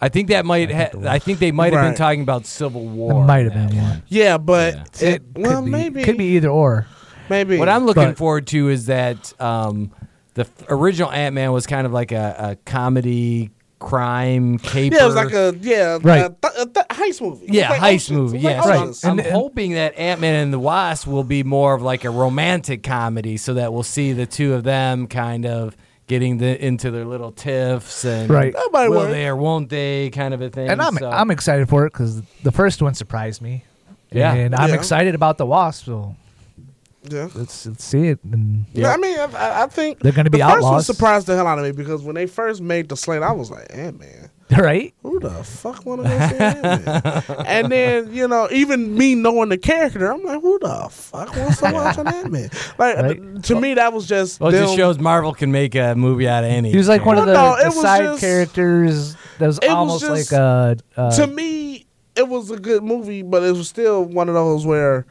S3: I think that might.
S2: I
S3: Ha-
S2: think the one-
S3: I think they might have been
S1: Right.
S3: talking about Civil
S2: it
S3: War.
S2: might have
S3: in that
S2: been one.
S1: Yeah, but
S3: Yeah.
S1: It, well,
S2: could be,
S1: maybe
S2: could be either or.
S1: maybe
S3: What I'm looking
S2: But-
S3: forward to is that um, the f- original Ant Man was kind of like a, a comedy crime caper.
S1: Yeah, it was like a yeah
S2: Right.
S1: a, th- a th- heist movie.
S3: Yeah,
S1: Like
S3: heist
S1: Ocean-
S3: movie.
S1: like
S3: Yeah, so
S1: Ocean's.
S2: Right.
S3: I'm,
S2: And-
S3: I'm
S2: and-
S3: hoping that Ant Man and the Wasp will be more of like a romantic comedy, so that we'll see the two of them kind of getting the, into their little tiffs and
S2: Right.
S1: That might
S3: will
S1: work.
S3: they or won't they kind of a thing.
S2: And I'm
S3: so-
S2: I'm excited for it because the first one surprised me.
S3: Yeah.
S2: and I'm
S1: Yeah.
S2: excited about the Wasp. So
S1: Yeah.
S2: let's, let's see it. And
S1: Yeah, I mean, I- I, I think
S2: They're gonna be
S1: the First one
S2: outlaws.
S1: surprised the hell out of me because when they first made the slate, I was like, "Ant Man,
S2: right,
S1: who the fuck want to go see Ant Man?" and then you know, even me knowing the character, I'm like, "Who the fuck wants to watch an Ant Man?" Like
S2: Right.
S1: to me, that was just
S3: Well, it just
S1: them-
S3: shows Marvel can make a movie out of any.
S2: he was like one of the,
S3: character.
S1: no, it
S2: the
S1: was
S2: side
S1: just-
S2: characters that was
S1: it was
S2: almost
S1: just-
S2: like a. Uh,
S1: to me, it was a good movie, but it was still one of those where,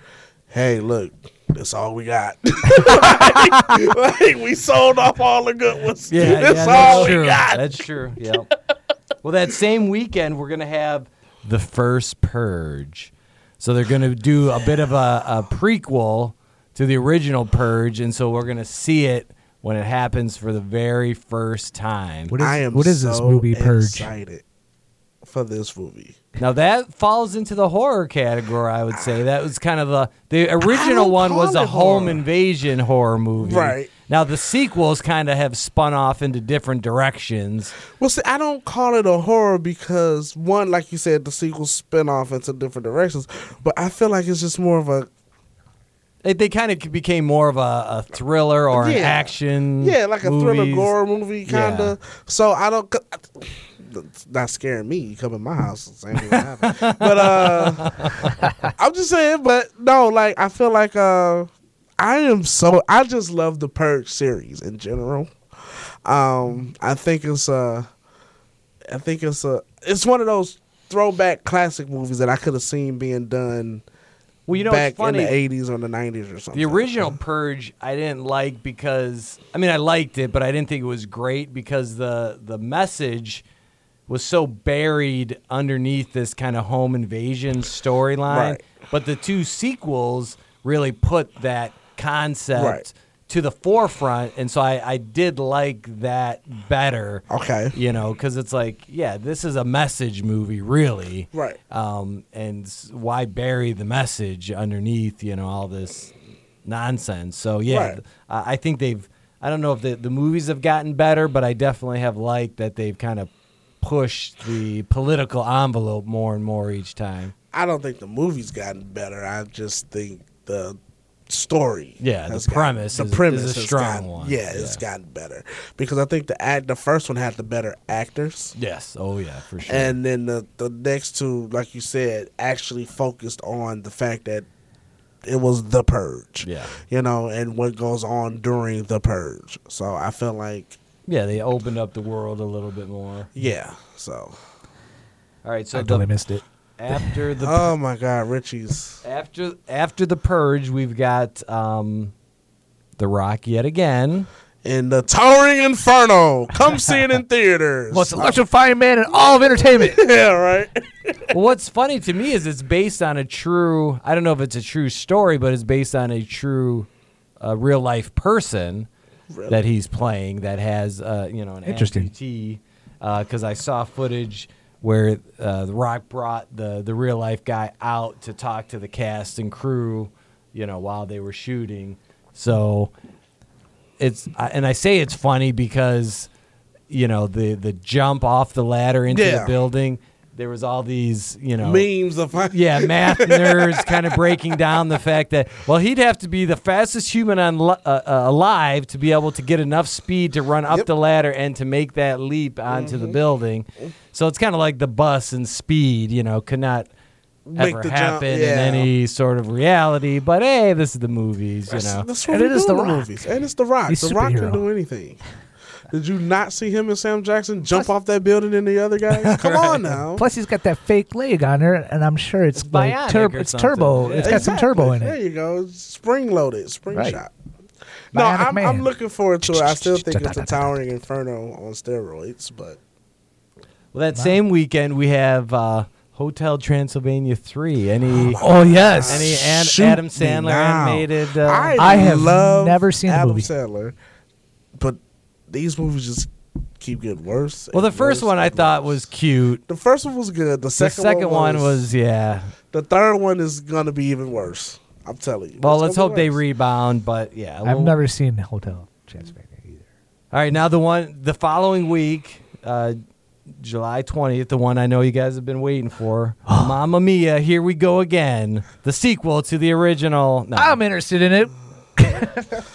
S1: hey, look, that's all we got. like, like, we sold off all the good ones.
S3: Yeah, yeah,
S1: that's all
S3: that's
S1: we
S3: true.
S1: got.
S3: That's true. Yep. well, that same weekend we're gonna have the first Purge, so they're gonna do a bit of a, a prequel to the original Purge, and so we're gonna see it when it happens for the very first time.
S2: What is,
S1: I am
S2: what is this
S1: so
S2: movie Purge?
S1: Excited for this movie.
S3: Now that falls into the horror category, I would say. That was kind of the the original
S1: don't
S3: one was
S1: call
S3: a
S1: it
S3: home
S1: horror.
S3: invasion horror movie,
S1: Right.
S3: Now the sequels kind of have spun off into different directions.
S1: Well, see, I don't call it a horror because one, like you said, the sequel spin off into different directions. But I feel like it's just more of a
S3: They, they kind of became more of a, a thriller or
S1: Yeah.
S3: an action.
S1: yeah, like a thriller
S3: movies.
S1: gore movie
S3: Yeah.
S1: kind of. So I don't. That's not scaring me. You come in my house, it's ain't gonna happen. but uh, I'm just saying. But no, like I feel like uh, I am so. I just love the Purge series in general. Um, I think it's uh, I think it's a. It's one of those throwback classic movies that I could have seen being done.
S3: Well, you know,
S1: back
S3: it's funny.
S1: in the '80s or the '90s or something.
S3: The original Purge I didn't like because I mean I liked it, but I didn't think it was great because the the message was so buried underneath this kind of home invasion storyline.
S1: Right.
S3: But the two sequels really put that concept
S1: Right.
S3: to the forefront, and so I, I did like that better.
S1: Okay.
S3: You know, because it's like, yeah, this is a message movie, really
S1: Right.
S3: um, and s- why bury the message underneath you know all this nonsense so yeah
S1: Right.
S3: th- I, I think they've i don't know if the, the movies have gotten better but i definitely have liked that they've kind of pushed the political envelope more and more each time
S1: I don't think the movie's gotten better. I just think the story.
S3: Yeah, the
S1: has gotten-
S3: premise is- is
S1: has
S3: a strong
S1: gotten-
S3: one.
S1: Yeah, it's
S3: Yeah.
S1: gotten better because I think the act the first one had the better actors,
S3: yes oh yeah for sure
S1: and then the the next two, like you said, actually focused on the fact that it was the purge.
S3: Yeah.
S1: you know, and what goes on during the purge. So I feel like
S3: yeah they opened up the world a little bit more
S1: yeah. So
S3: all right so
S2: I totally
S3: the-
S2: missed it.
S3: after the
S1: oh my God, Richie's
S3: after after the purge we've got um the rock yet again
S1: in the towering inferno. Come see it in theaters.
S2: Most electrifying man in all of entertainment.
S1: yeah, right.
S3: well, what's funny to me is it's based on a true. I don't know if it's a true story, but it's based on a true, uh, real life person
S1: Really?
S3: that he's playing that has uh, you know an
S2: Interesting.
S3: amputee. Because I saw footage where uh, The Rock brought the the real life guy out to talk to the cast and crew, you know, while they were shooting. So it's I- and I say it's funny because you know the the jump off the ladder into
S1: Yeah.
S3: the building. There was all these you know
S2: Oh.
S1: memes of like,
S3: yeah math nerds kind of breaking down the fact that well he'd have to be the fastest human on li- uh, uh, alive to be able to get enough speed to run up
S1: Yep. Mm-hmm.
S3: the ladder and to make that leap onto the building. So it's kind of like the bus and speed, you know, could not.
S1: Make
S3: ever
S1: the jump,
S3: happen in
S1: yeah.
S3: any sort of reality, but hey, this is the movies, you
S1: That's,
S3: know.
S1: that's what
S2: And
S1: we
S2: it is
S1: do in
S2: The
S1: the
S2: Rock.
S1: movies. And it's The Rock.
S2: He's
S1: the Rock can
S2: superhero.
S1: do anything. Did you not see him and Sam Jackson jump off that building and the other guys? Come on now.
S2: Plus, he's got that fake leg on her, and I'm sure it's,
S3: It's
S2: like
S3: bionic
S2: turb-
S3: or
S2: it's
S3: something.
S2: turbo.
S3: Yeah.
S2: It's got some turbo in
S1: Exactly.
S2: it.
S1: There you go. Spring loaded, spring
S2: Right.
S1: shot. No,
S2: Bionic
S1: I'm, I'm
S2: Man.
S1: looking forward to it. I still think it's a towering inferno on steroids, but
S3: Well, that same weekend we have uh, Hotel Transylvania three. Any
S2: Oh yes.
S3: any Ad-
S1: shoot
S3: Adam
S1: me
S3: Sandler
S1: now.
S3: animated? Uh,
S2: I have
S1: love
S2: never seen the
S1: Adam
S2: movie.
S1: Sandler, but these movies just keep getting worse.
S3: well, the
S1: and
S3: first
S1: worse
S3: one I
S1: and
S3: thought
S1: worse.
S3: was cute.
S1: the first one was good. The
S3: The
S1: second,
S3: second one
S1: was
S3: was yeah.
S1: The third one is gonna be even worse. I'm telling you.
S3: Well,
S1: It's
S3: let's
S1: gonna
S3: hope
S1: be
S3: they
S1: worse.
S3: rebound. But yeah,
S2: I've
S3: we'll-
S2: never seen Hotel Transylvania either.
S3: All right, now the one the following week, uh, July twentieth, the one I know you guys have been waiting for, Mamma Mia. Here we go again, the sequel to the original. No,
S2: I'm interested in it.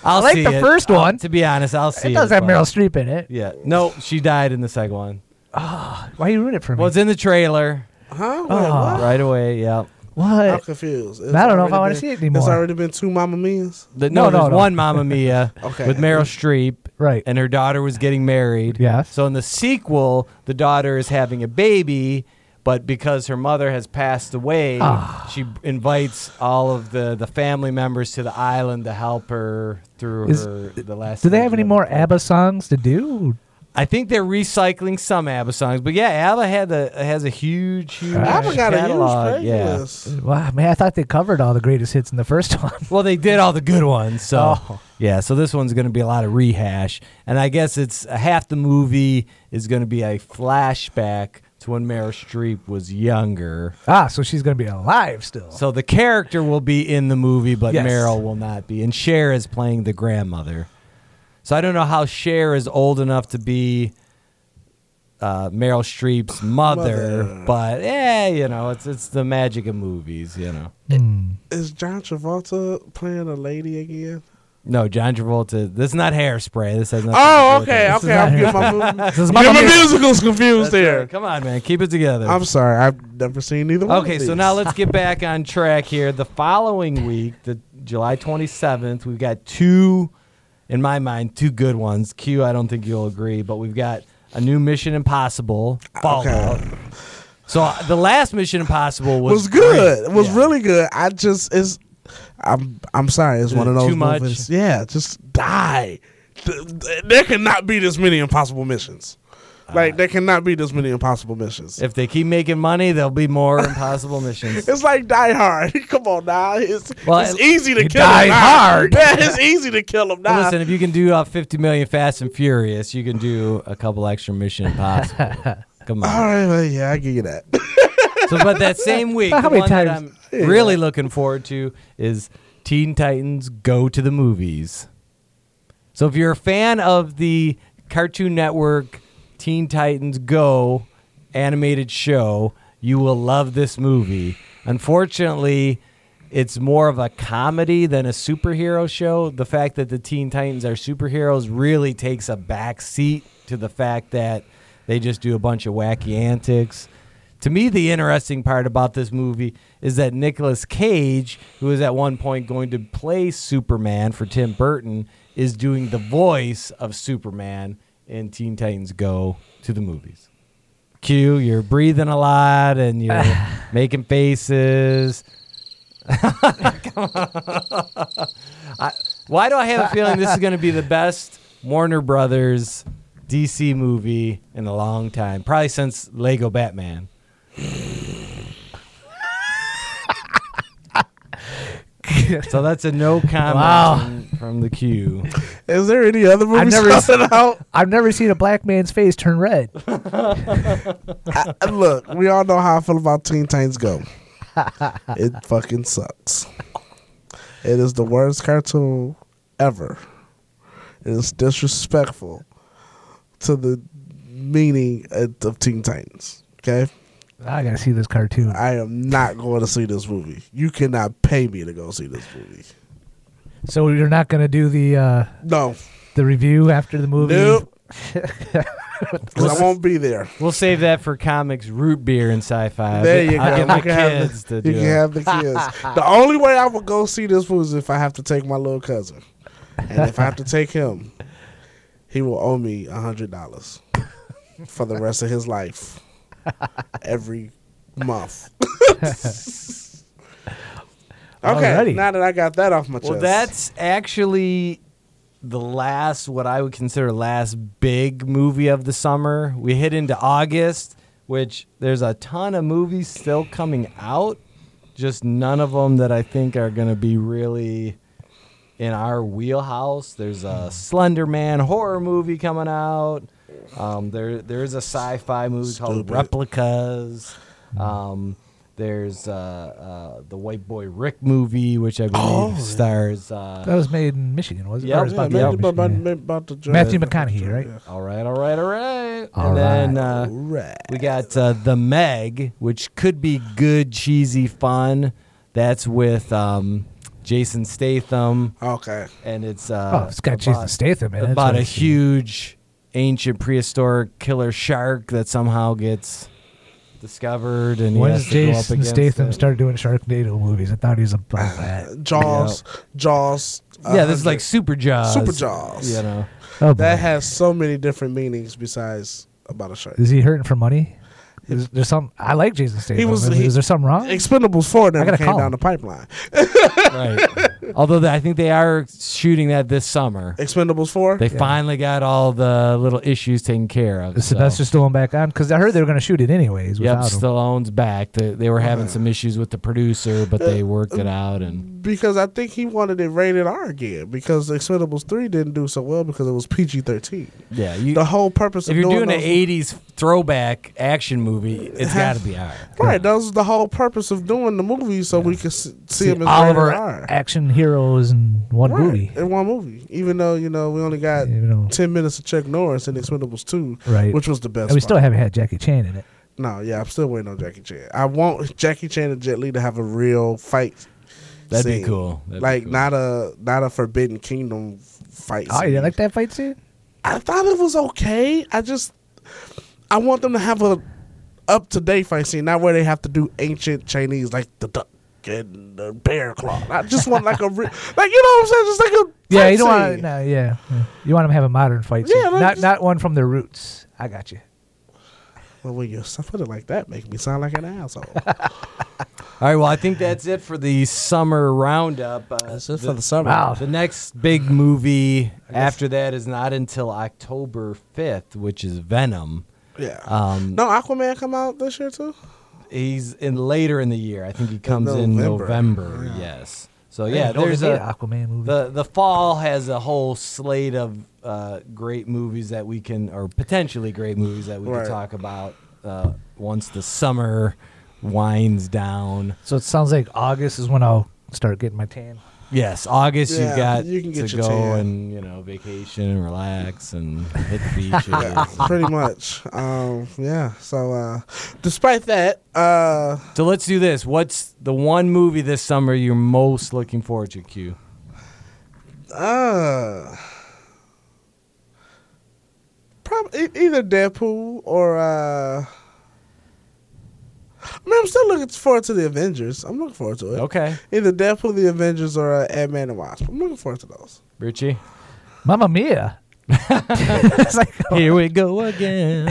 S3: I'll
S2: Um, like
S3: see
S2: the
S3: it.
S2: first
S3: I'll-
S2: one.
S3: to be honest, I'll see
S2: It does have
S3: but-
S2: Meryl Streep in it.
S3: Yeah, no, she died in the second one.
S2: Why you ruin it for me?
S3: Well, it's in the trailer
S1: Huh? Wait,
S2: Oh.
S1: what?
S3: right away. Yeah.
S1: I'm
S2: what?
S1: confused. It's
S2: I don't know if
S1: already
S2: I wanna
S1: been-
S2: see it anymore.
S1: It's already been two Mamma Mia's.
S3: The,
S2: No,
S3: no,
S2: no,
S3: there's
S2: no.
S3: one Mamma Mia
S1: Okay.
S3: with Meryl Streep,
S2: Right.
S3: and her daughter was getting married.
S2: Yes.
S3: So in the sequel, the daughter is having a baby, but because her mother has passed away,
S2: Ah.
S3: she invites all of the, the family members to the island to help her through
S2: Is-
S3: her the last.
S2: Do they
S3: stage
S2: have any
S3: of-
S2: more ABBA songs to do?
S3: I think they're recycling some ABBA songs, but yeah, ABBA had a has a huge, huge
S1: I've got
S3: catalog.
S1: a huge
S3: yeah.
S1: playlist.
S2: Wow, man, I thought they covered all the greatest hits in the first one.
S3: Well, they did all the good ones, so
S2: Oh.
S3: yeah. So this one's going to be a lot of rehash, and I guess it's uh, half the movie is going to be a flashback to when Meryl Streep was younger.
S2: ah, so she's gonna be alive still.
S3: So the character will be in the movie, but
S2: Yes.
S3: Meryl will not be, and Cher is playing the grandmother. So I don't know how Cher is old enough to be uh, Meryl Streep's mother,
S1: Mother.
S3: but yeah, you know, it's it's the magic of movies, you know.
S2: Hmm.
S1: Is John Travolta playing a lady again?
S3: No, John Travolta. This is not hairspray. This has nothing.
S1: Oh,
S3: to do with it.
S1: okay,
S2: This is
S1: okay. I'm getting
S2: not
S1: my, movie,
S2: This is
S1: get
S2: my
S1: my
S2: movie.
S1: musicals confused
S3: That's all right.
S1: there.
S3: Come on, man, keep it together.
S1: I'm sorry, I've never seen either one.
S3: Okay, so now let's get back on track here. The following week, the July 27th, we've got two, in my mind, two good ones. Q, I don't think you'll agree, but we've got a new Mission Impossible Fallout. So uh, the last Mission Impossible was,
S1: was good.
S3: great.
S1: was
S3: Yeah.
S1: really good. I just it's. I'm I'm sorry. It's
S3: Is
S1: one
S3: it
S1: of those
S3: too much?
S1: movies. Yeah, just die. Th- th- There cannot be this many impossible missions. Like there cannot be this many impossible missions.
S3: Uh, If they keep making money, there'll be more Impossible missions.
S1: It's like Die Hard. Come on, now. It's,
S3: Well,
S1: it's
S3: it-
S1: easy to
S2: you
S1: kill
S2: die
S1: him. nah.
S2: hard.
S1: Yeah, it's easy to kill him.
S3: Well,
S1: Now.
S3: listen, if you can do uh, 50 million Fast and Furious, you can do a couple extra Mission Impossible. Come on.
S1: All right, well, yeah, I give you that.
S3: So, but that same week,
S2: How
S3: the
S2: many
S3: one that
S2: times-
S3: I'm really looking forward to is Teen Titans Go to the Movies. So, if you're a fan of the Cartoon Network Teen Titans Go animated show, you will love this movie. Unfortunately, it's more of a comedy than a superhero show. The fact that the Teen Titans are superheroes really takes a back seat to the fact that they just do a bunch of wacky antics. To me, the interesting part about this movie is that Nicolas Cage, who is at one point going to play Superman for Tim Burton, is doing the voice of Superman in Teen Titans Go to the movies. Q, you're breathing a lot and you're making faces. I, why do I have a feeling this is going to be the best Warner Brothers DC movie in a long time? Probably since Lego Batman. so that's a no comment
S2: Wow.
S3: from, from the Q.
S1: Is there any other
S2: I've
S1: movies
S2: never
S1: coming out?
S2: I've never seen a black man's face turn red.
S1: I, I- look, we all know how I feel about Teen Titans Go. it fucking sucks. It is the worst cartoon ever. It is disrespectful to the meaning of of Teen Titans. Okay,
S2: I gotta see this cartoon.
S1: I am not going to see this movie. You cannot pay me to go see this movie.
S2: So you're not gonna do the uh,
S1: No,
S2: the review after the movie?
S1: Nope. 'Cause I won't be there.
S3: We'll save that for comics, root beer, and sci-fi.
S1: There
S3: But
S1: you
S3: I'll
S1: go.
S3: Get my
S1: You can have
S3: kids to do
S1: You can
S3: it.
S1: have the kids. the only way I would go see this was if I have to take my little cousin, and if I have to take him, he will owe me a hundred dollars for the rest of his life, every month. okay,
S2: Alrighty.
S1: now that I got that off my chest,
S3: Well, that's actually the last, what I would consider last big movie of the summer. We hit into August, which there's a ton of movies still coming out, just none of them that I think are going to be really in our wheelhouse. There's a Slender Man horror movie coming out. Um, there there is a sci-fi movie called
S1: Stupid.
S3: Replicas. Um, there's uh, uh, the White Boy Rick movie, which I believe stars.
S2: That
S3: Uh,
S2: was made in Michigan, was it?
S3: Yeah,
S2: Or it's
S1: yeah,
S2: about to
S1: maybe
S2: be out
S1: about- about-
S2: in Michigan, yeah.
S1: maybe about the drug-
S2: Matthew McConaughey, right?
S3: all right, all right, all right.
S2: All
S3: and then
S2: right.
S3: uh,
S1: Right.
S3: we got uh, the Meg, which could be good, cheesy fun. That's with um, Jason Statham,
S1: Okay.
S3: and it's uh,
S2: Oh, it's got
S3: about-
S2: Jason Statham in it.
S3: about
S2: so
S3: a
S2: it's-
S3: huge ancient prehistoric killer shark that somehow gets discovered and he
S2: When
S3: has
S2: does
S3: to go up
S2: Jason
S3: against
S2: Statham
S3: it.
S2: start doing Sharknado movies? I thought he was about that.
S1: Jaws, Jaws.
S3: yeah this is
S1: 100.
S3: like super jaws
S1: Uh, Super Jaws.
S3: you know
S2: Oh,
S1: That
S2: boy.
S1: has so many different meanings besides about a shark.
S2: is he hurting for money? Is there some? I like Jason Statham.
S1: was-
S2: Is-
S1: he-
S2: is there something wrong?
S1: Expendables four never
S2: gotta
S1: came
S2: call
S1: down the
S2: him.
S1: pipeline.
S3: right although the, i think they are shooting that this summer
S1: Expendables four.
S3: they finally got all the little issues taken care of
S2: Is
S3: so.
S2: Sylvester Stallone back on? Because I heard they were going to shoot it anyways.
S3: Yep,
S2: Without him.
S3: Stallone's back. They, they were having some issues with the producer, but
S1: Uh,
S3: they worked it out. And
S1: because I think he wanted it rated R again because Expendables three didn't do so well because it was PG thirteen.
S3: yeah, you,
S1: The whole purpose
S3: if
S1: of
S3: you're
S1: doing,
S3: doing an
S1: those-
S3: '80s throwback action movie, it's got to be R.
S1: right, that was the whole purpose of doing the movie so we could s- see, him as
S2: Oliver
S1: rated R.
S2: action heroes in one
S1: Right,
S2: movie.
S1: in one movie. Even though you know we only got
S2: You know,
S1: ten minutes of Chuck Norris in Expendables Two,
S2: Right.
S1: which was the best.
S2: and we
S1: part.
S2: still haven't had Jackie Chan in it.
S1: No, yeah, I'm still waiting on Jackie Chan. I want Jackie Chan and Jet Li to have a real fight.
S3: That'd be
S1: scene.
S3: cool. That'd be
S1: like
S3: cool.
S1: not a not a Forbidden Kingdom fight.
S2: Oh,
S1: scene.
S2: you like that fight scene?
S1: I thought it was okay. I just I want them to have a up to date fight scene, not where they have to do ancient Chinese like the duck and the bear claw. I just want like a re- like you know what I'm saying, just like a
S2: Yeah,
S1: fight
S2: you don't want.
S1: scene.
S2: No, yeah, yeah. you want them to have a modern fight scene,
S1: Yeah, like
S2: not
S1: just-
S2: not one from the roots. I got you.
S1: Well, when you put it like that, make me sound like an asshole.
S3: All right. Well, I think that's it for the summer roundup. Uh,
S1: That's it for the summer.
S2: Wow.
S3: The next big movie after that is not until October 5th, which is Venom.
S1: Yeah.
S3: Um,
S1: no, Aquaman come out this year too.
S3: He's in later in the year. I think he comes in
S1: November.
S3: November. Yes. So yeah,
S2: They don't
S3: there's
S2: hate
S3: a
S2: Aquaman movie.
S3: the the fall has a whole slate of uh, great movies that we can or potentially great movies that we
S1: Right.
S3: can talk about uh, once the summer winds down.
S2: so it sounds like August is when I'll start getting my tan.
S3: Yes, August
S1: Yeah,
S3: you've got
S1: you can get
S3: to
S1: your
S3: go
S1: tan.
S3: and you know vacation and relax and hit the beaches.
S1: pretty much. Um, yeah. So, uh, despite that, uh,
S3: So let's do this. What's the one movie this summer you're most looking forward to? Q.
S1: uh, probably e-, either Deadpool or uh, I mean, I'm still looking forward to the Avengers. I'm looking forward to it.
S3: Okay,
S1: Either Deadpool, the Avengers, or uh, Ant Man and Wasp. I'm looking forward to those.
S3: Richie.
S2: Mamma Mia. It's like-
S3: Here we go again.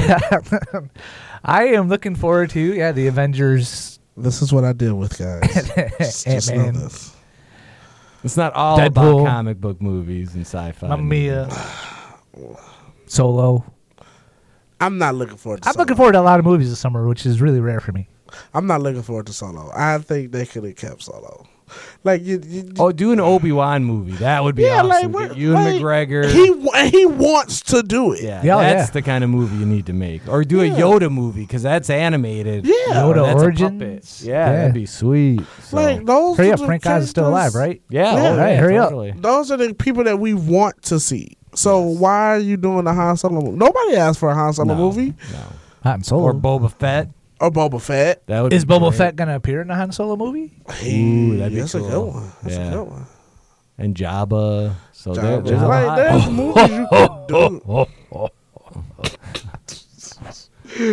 S2: I am looking forward to yeah the Avengers.
S1: This is what I deal with, guys. just, just know
S2: Ant-Man.
S1: this.
S3: It's not all
S2: Deadpool.
S3: about comic book movies and sci-fi.
S2: Mamma Mia. Solo.
S1: I'm not looking forward. to
S2: I'm
S1: Solo.
S2: looking forward to a lot of movies this summer, which is really rare for me.
S1: I'm not looking forward to Solo. I think they could have kept Solo. Like you, you
S3: Oh, do an Obi Wan movie. That would be
S1: yeah,
S3: awesome.
S1: like
S3: Get
S1: what?
S3: Ewan
S1: like,
S3: McGregor.
S1: He wa- and he wants to do it.
S3: yeah,
S2: Yeah,
S3: that's
S2: yeah.
S3: the kind of movie you need to make. Or do
S1: Yeah.
S3: a Yoda movie because that's animated.
S1: Yeah.
S3: Or
S2: Yoda
S3: that's a
S2: Origins?
S3: puppet. Yeah,
S2: Yeah.
S3: that'd be sweet. So-
S1: Like those.
S2: Hurry
S1: are
S2: up,
S1: the
S2: Frank Oz is still alive,
S1: characters-
S2: right?
S3: yeah,
S1: Yeah.
S3: oh,
S2: Right, hurry up.
S3: totally.
S1: Those are the people that we want to see. So why are you doing a Han Solo movie? Nobody asked for a Han Solo
S3: No,
S1: movie
S3: no.
S2: Han Solo.
S3: Or Boba Fett.
S1: or Boba Fett.
S3: That would
S2: Oh. is
S3: be
S2: Boba
S3: great.
S2: Fett gonna appear in a Han Solo movie?
S1: Hey,
S3: that'd be
S1: that's a good
S3: cool.
S1: one. That's
S3: Yeah.
S1: a good one.
S3: and Jabba. So there-
S1: Jabba.
S3: Jabba.
S1: Like there's movies you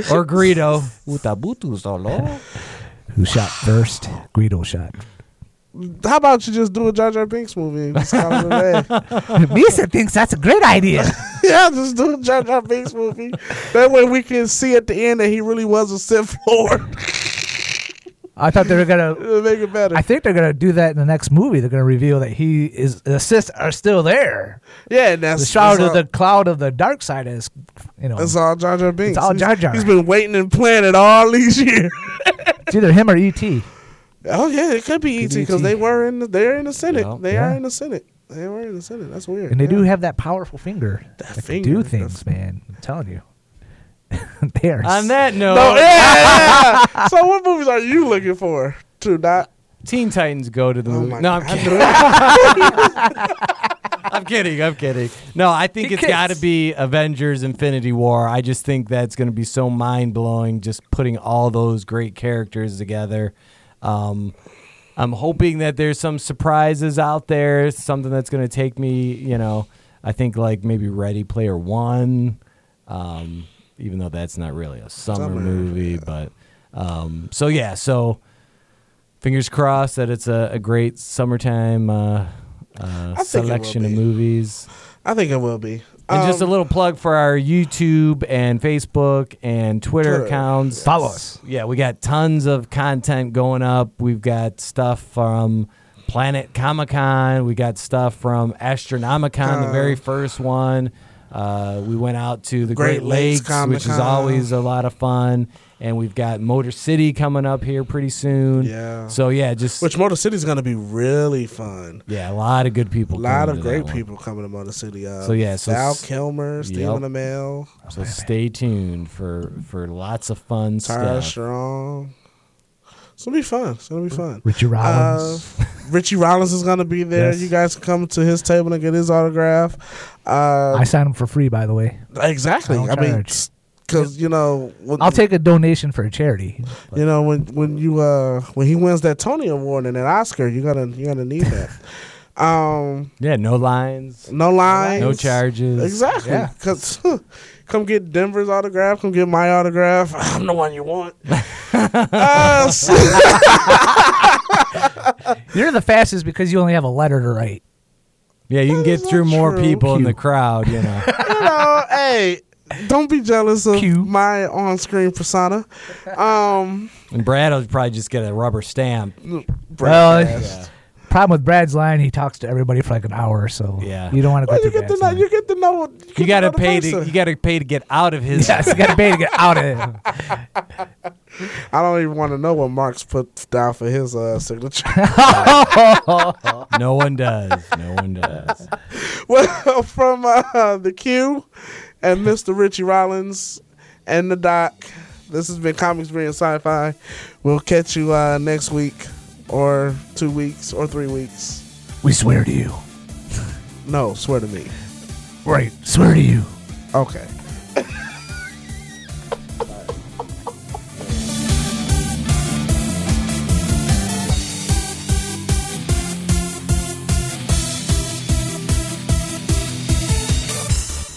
S1: could do.
S3: or Greedo. Utabutu solo.
S2: Who shot first? Greedo shot.
S1: How about you just do a Jar Jar Binks movie? and just call it a day?
S2: Misa thinks that's a great idea.
S1: Yeah, just do a Jar Jar Binks movie. That way we can see at the end that he really was a Sith Lord.
S2: I thought they were gonna.
S1: It'll make it better.
S2: I think they're gonna do that in the next movie. They're gonna reveal that he is the assists are still there.
S1: yeah, and that's
S2: The shroud
S1: that's
S2: of the
S1: all,
S2: cloud of the dark side is, you know,
S3: Uh-huh.
S1: That's all Jar Jar Binks.
S2: all
S1: He's-
S2: Jar Jar.
S1: He's been waiting and planning all these years.
S2: it's either him or E ET.
S1: oh yeah, it could be ET
S2: Could be
S1: because
S2: ET.
S1: they were in. The, they're in the Senate.
S3: E Yeah.
S1: They are
S2: Yeah.
S1: in the Senate. They were in the Senate. That's weird.
S2: And they
S1: yeah.
S2: do have that powerful finger that, can
S1: finger,
S2: do
S1: that
S2: things, man. I'm telling you. they are
S3: On that note,
S1: No, yeah, yeah. so what movies are you looking for? To not.
S3: Teen Titans go
S1: Oh
S3: to the movie. no, I'm kidding. I'm kidding. I'm kidding. No, I think
S2: He
S3: it's got to
S2: kissed.
S3: be Avengers: Infinity War. I just think that's going to be so mind blowing. Just putting all those great characters together. Um, I'm hoping that there's some surprises out there. Something that's going to take me. You know, I think like maybe Ready Player One. Um, even though that's not really a summer,
S1: Summer,
S3: movie, but um, so yeah, so. Fingers crossed that it's a, a great summertime uh, uh,
S1: will
S3: selection of
S1: be.
S3: movies.
S1: I think it will be.
S3: And just a
S1: Um,
S3: little plug for our YouTube and Facebook and Twitter,
S1: Twitter,
S3: accounts.
S2: follow us.
S3: Yeah, we got tons of content going up. We've got stuff from Planet Comic Con. We got stuff from Astronomicon, the
S1: Con.
S3: very first one. Uh, we went out to the Great,
S1: Great Lakes
S3: Lakes, which is
S1: Comic-Con.
S3: always a lot of fun. And we've got Motor City coming up here pretty soon.
S1: Oh, Yeah.
S3: So yeah, just
S1: Which Motor City's gonna be really fun.
S3: yeah, a lot of good people.
S1: A lot
S3: coming
S1: of
S3: to that
S1: great
S3: one.
S1: people coming to Motor City. Uh,
S3: So, yeah, so
S1: Val
S3: s-
S1: Kilmer, Stephen Amell,
S3: So stay tuned for for lots of fun
S1: Tara
S3: stuff.
S1: Strong. It's gonna be fun. It's gonna be fun.
S2: Richard Rollins.
S1: Uh, Richie Rollins is gonna be there.
S2: Yes.
S1: You guys can come to his table and get his autograph. Uh,
S2: I signed him for free, by the way.
S1: exactly.
S2: I don't
S1: I, mean,
S2: charge.
S1: because you know, when,
S2: I'll take a donation for a charity.
S1: you know when when you uh when he wins that Tony Award and that Oscar, you're gonna you're gonna need that. um,
S3: Yeah, no lines,
S1: no lines,
S3: no charges.
S1: Exactly.
S2: Yeah.
S1: 'Cause, come get Denver's autograph. Come get my autograph. I'm the one you want. uh, so-
S2: You're the fastest because you only have a letter to write.
S3: Yeah, you can
S1: That
S3: get
S1: is not
S3: through more
S1: true.
S3: people in the
S2: Cute.
S3: crowd, you know.
S1: you know, hey, don't be jealous of
S2: Cute.
S1: my on-screen persona. Um,
S3: and Brad will probably just get a rubber stamp.
S2: Well,
S3: Yeah.
S2: problem with Brad's line, he talks to everybody for like an hour or so.
S3: Yeah.
S2: You don't want to
S1: well,
S2: go
S1: you
S2: through
S1: get to
S2: Brad's
S1: know.
S2: line.
S1: You get to know. get
S3: You gotta
S1: know the
S3: pay to
S1: person.
S3: you gotta pay to get out of his
S2: Yes, you got to pay to get out of it.
S1: I don't even want to know what Marks put down for his uh, signature.
S3: No one does. No one does.
S1: well, from uh, the Q and Mr. Richie Rollins and the Doc. This has been Comics Being Sci-Fi. We'll catch you uh, next week, or two weeks, or three weeks.
S2: We swear to you.
S1: No, swear to me.
S2: Right. Swear to you.
S1: Okay.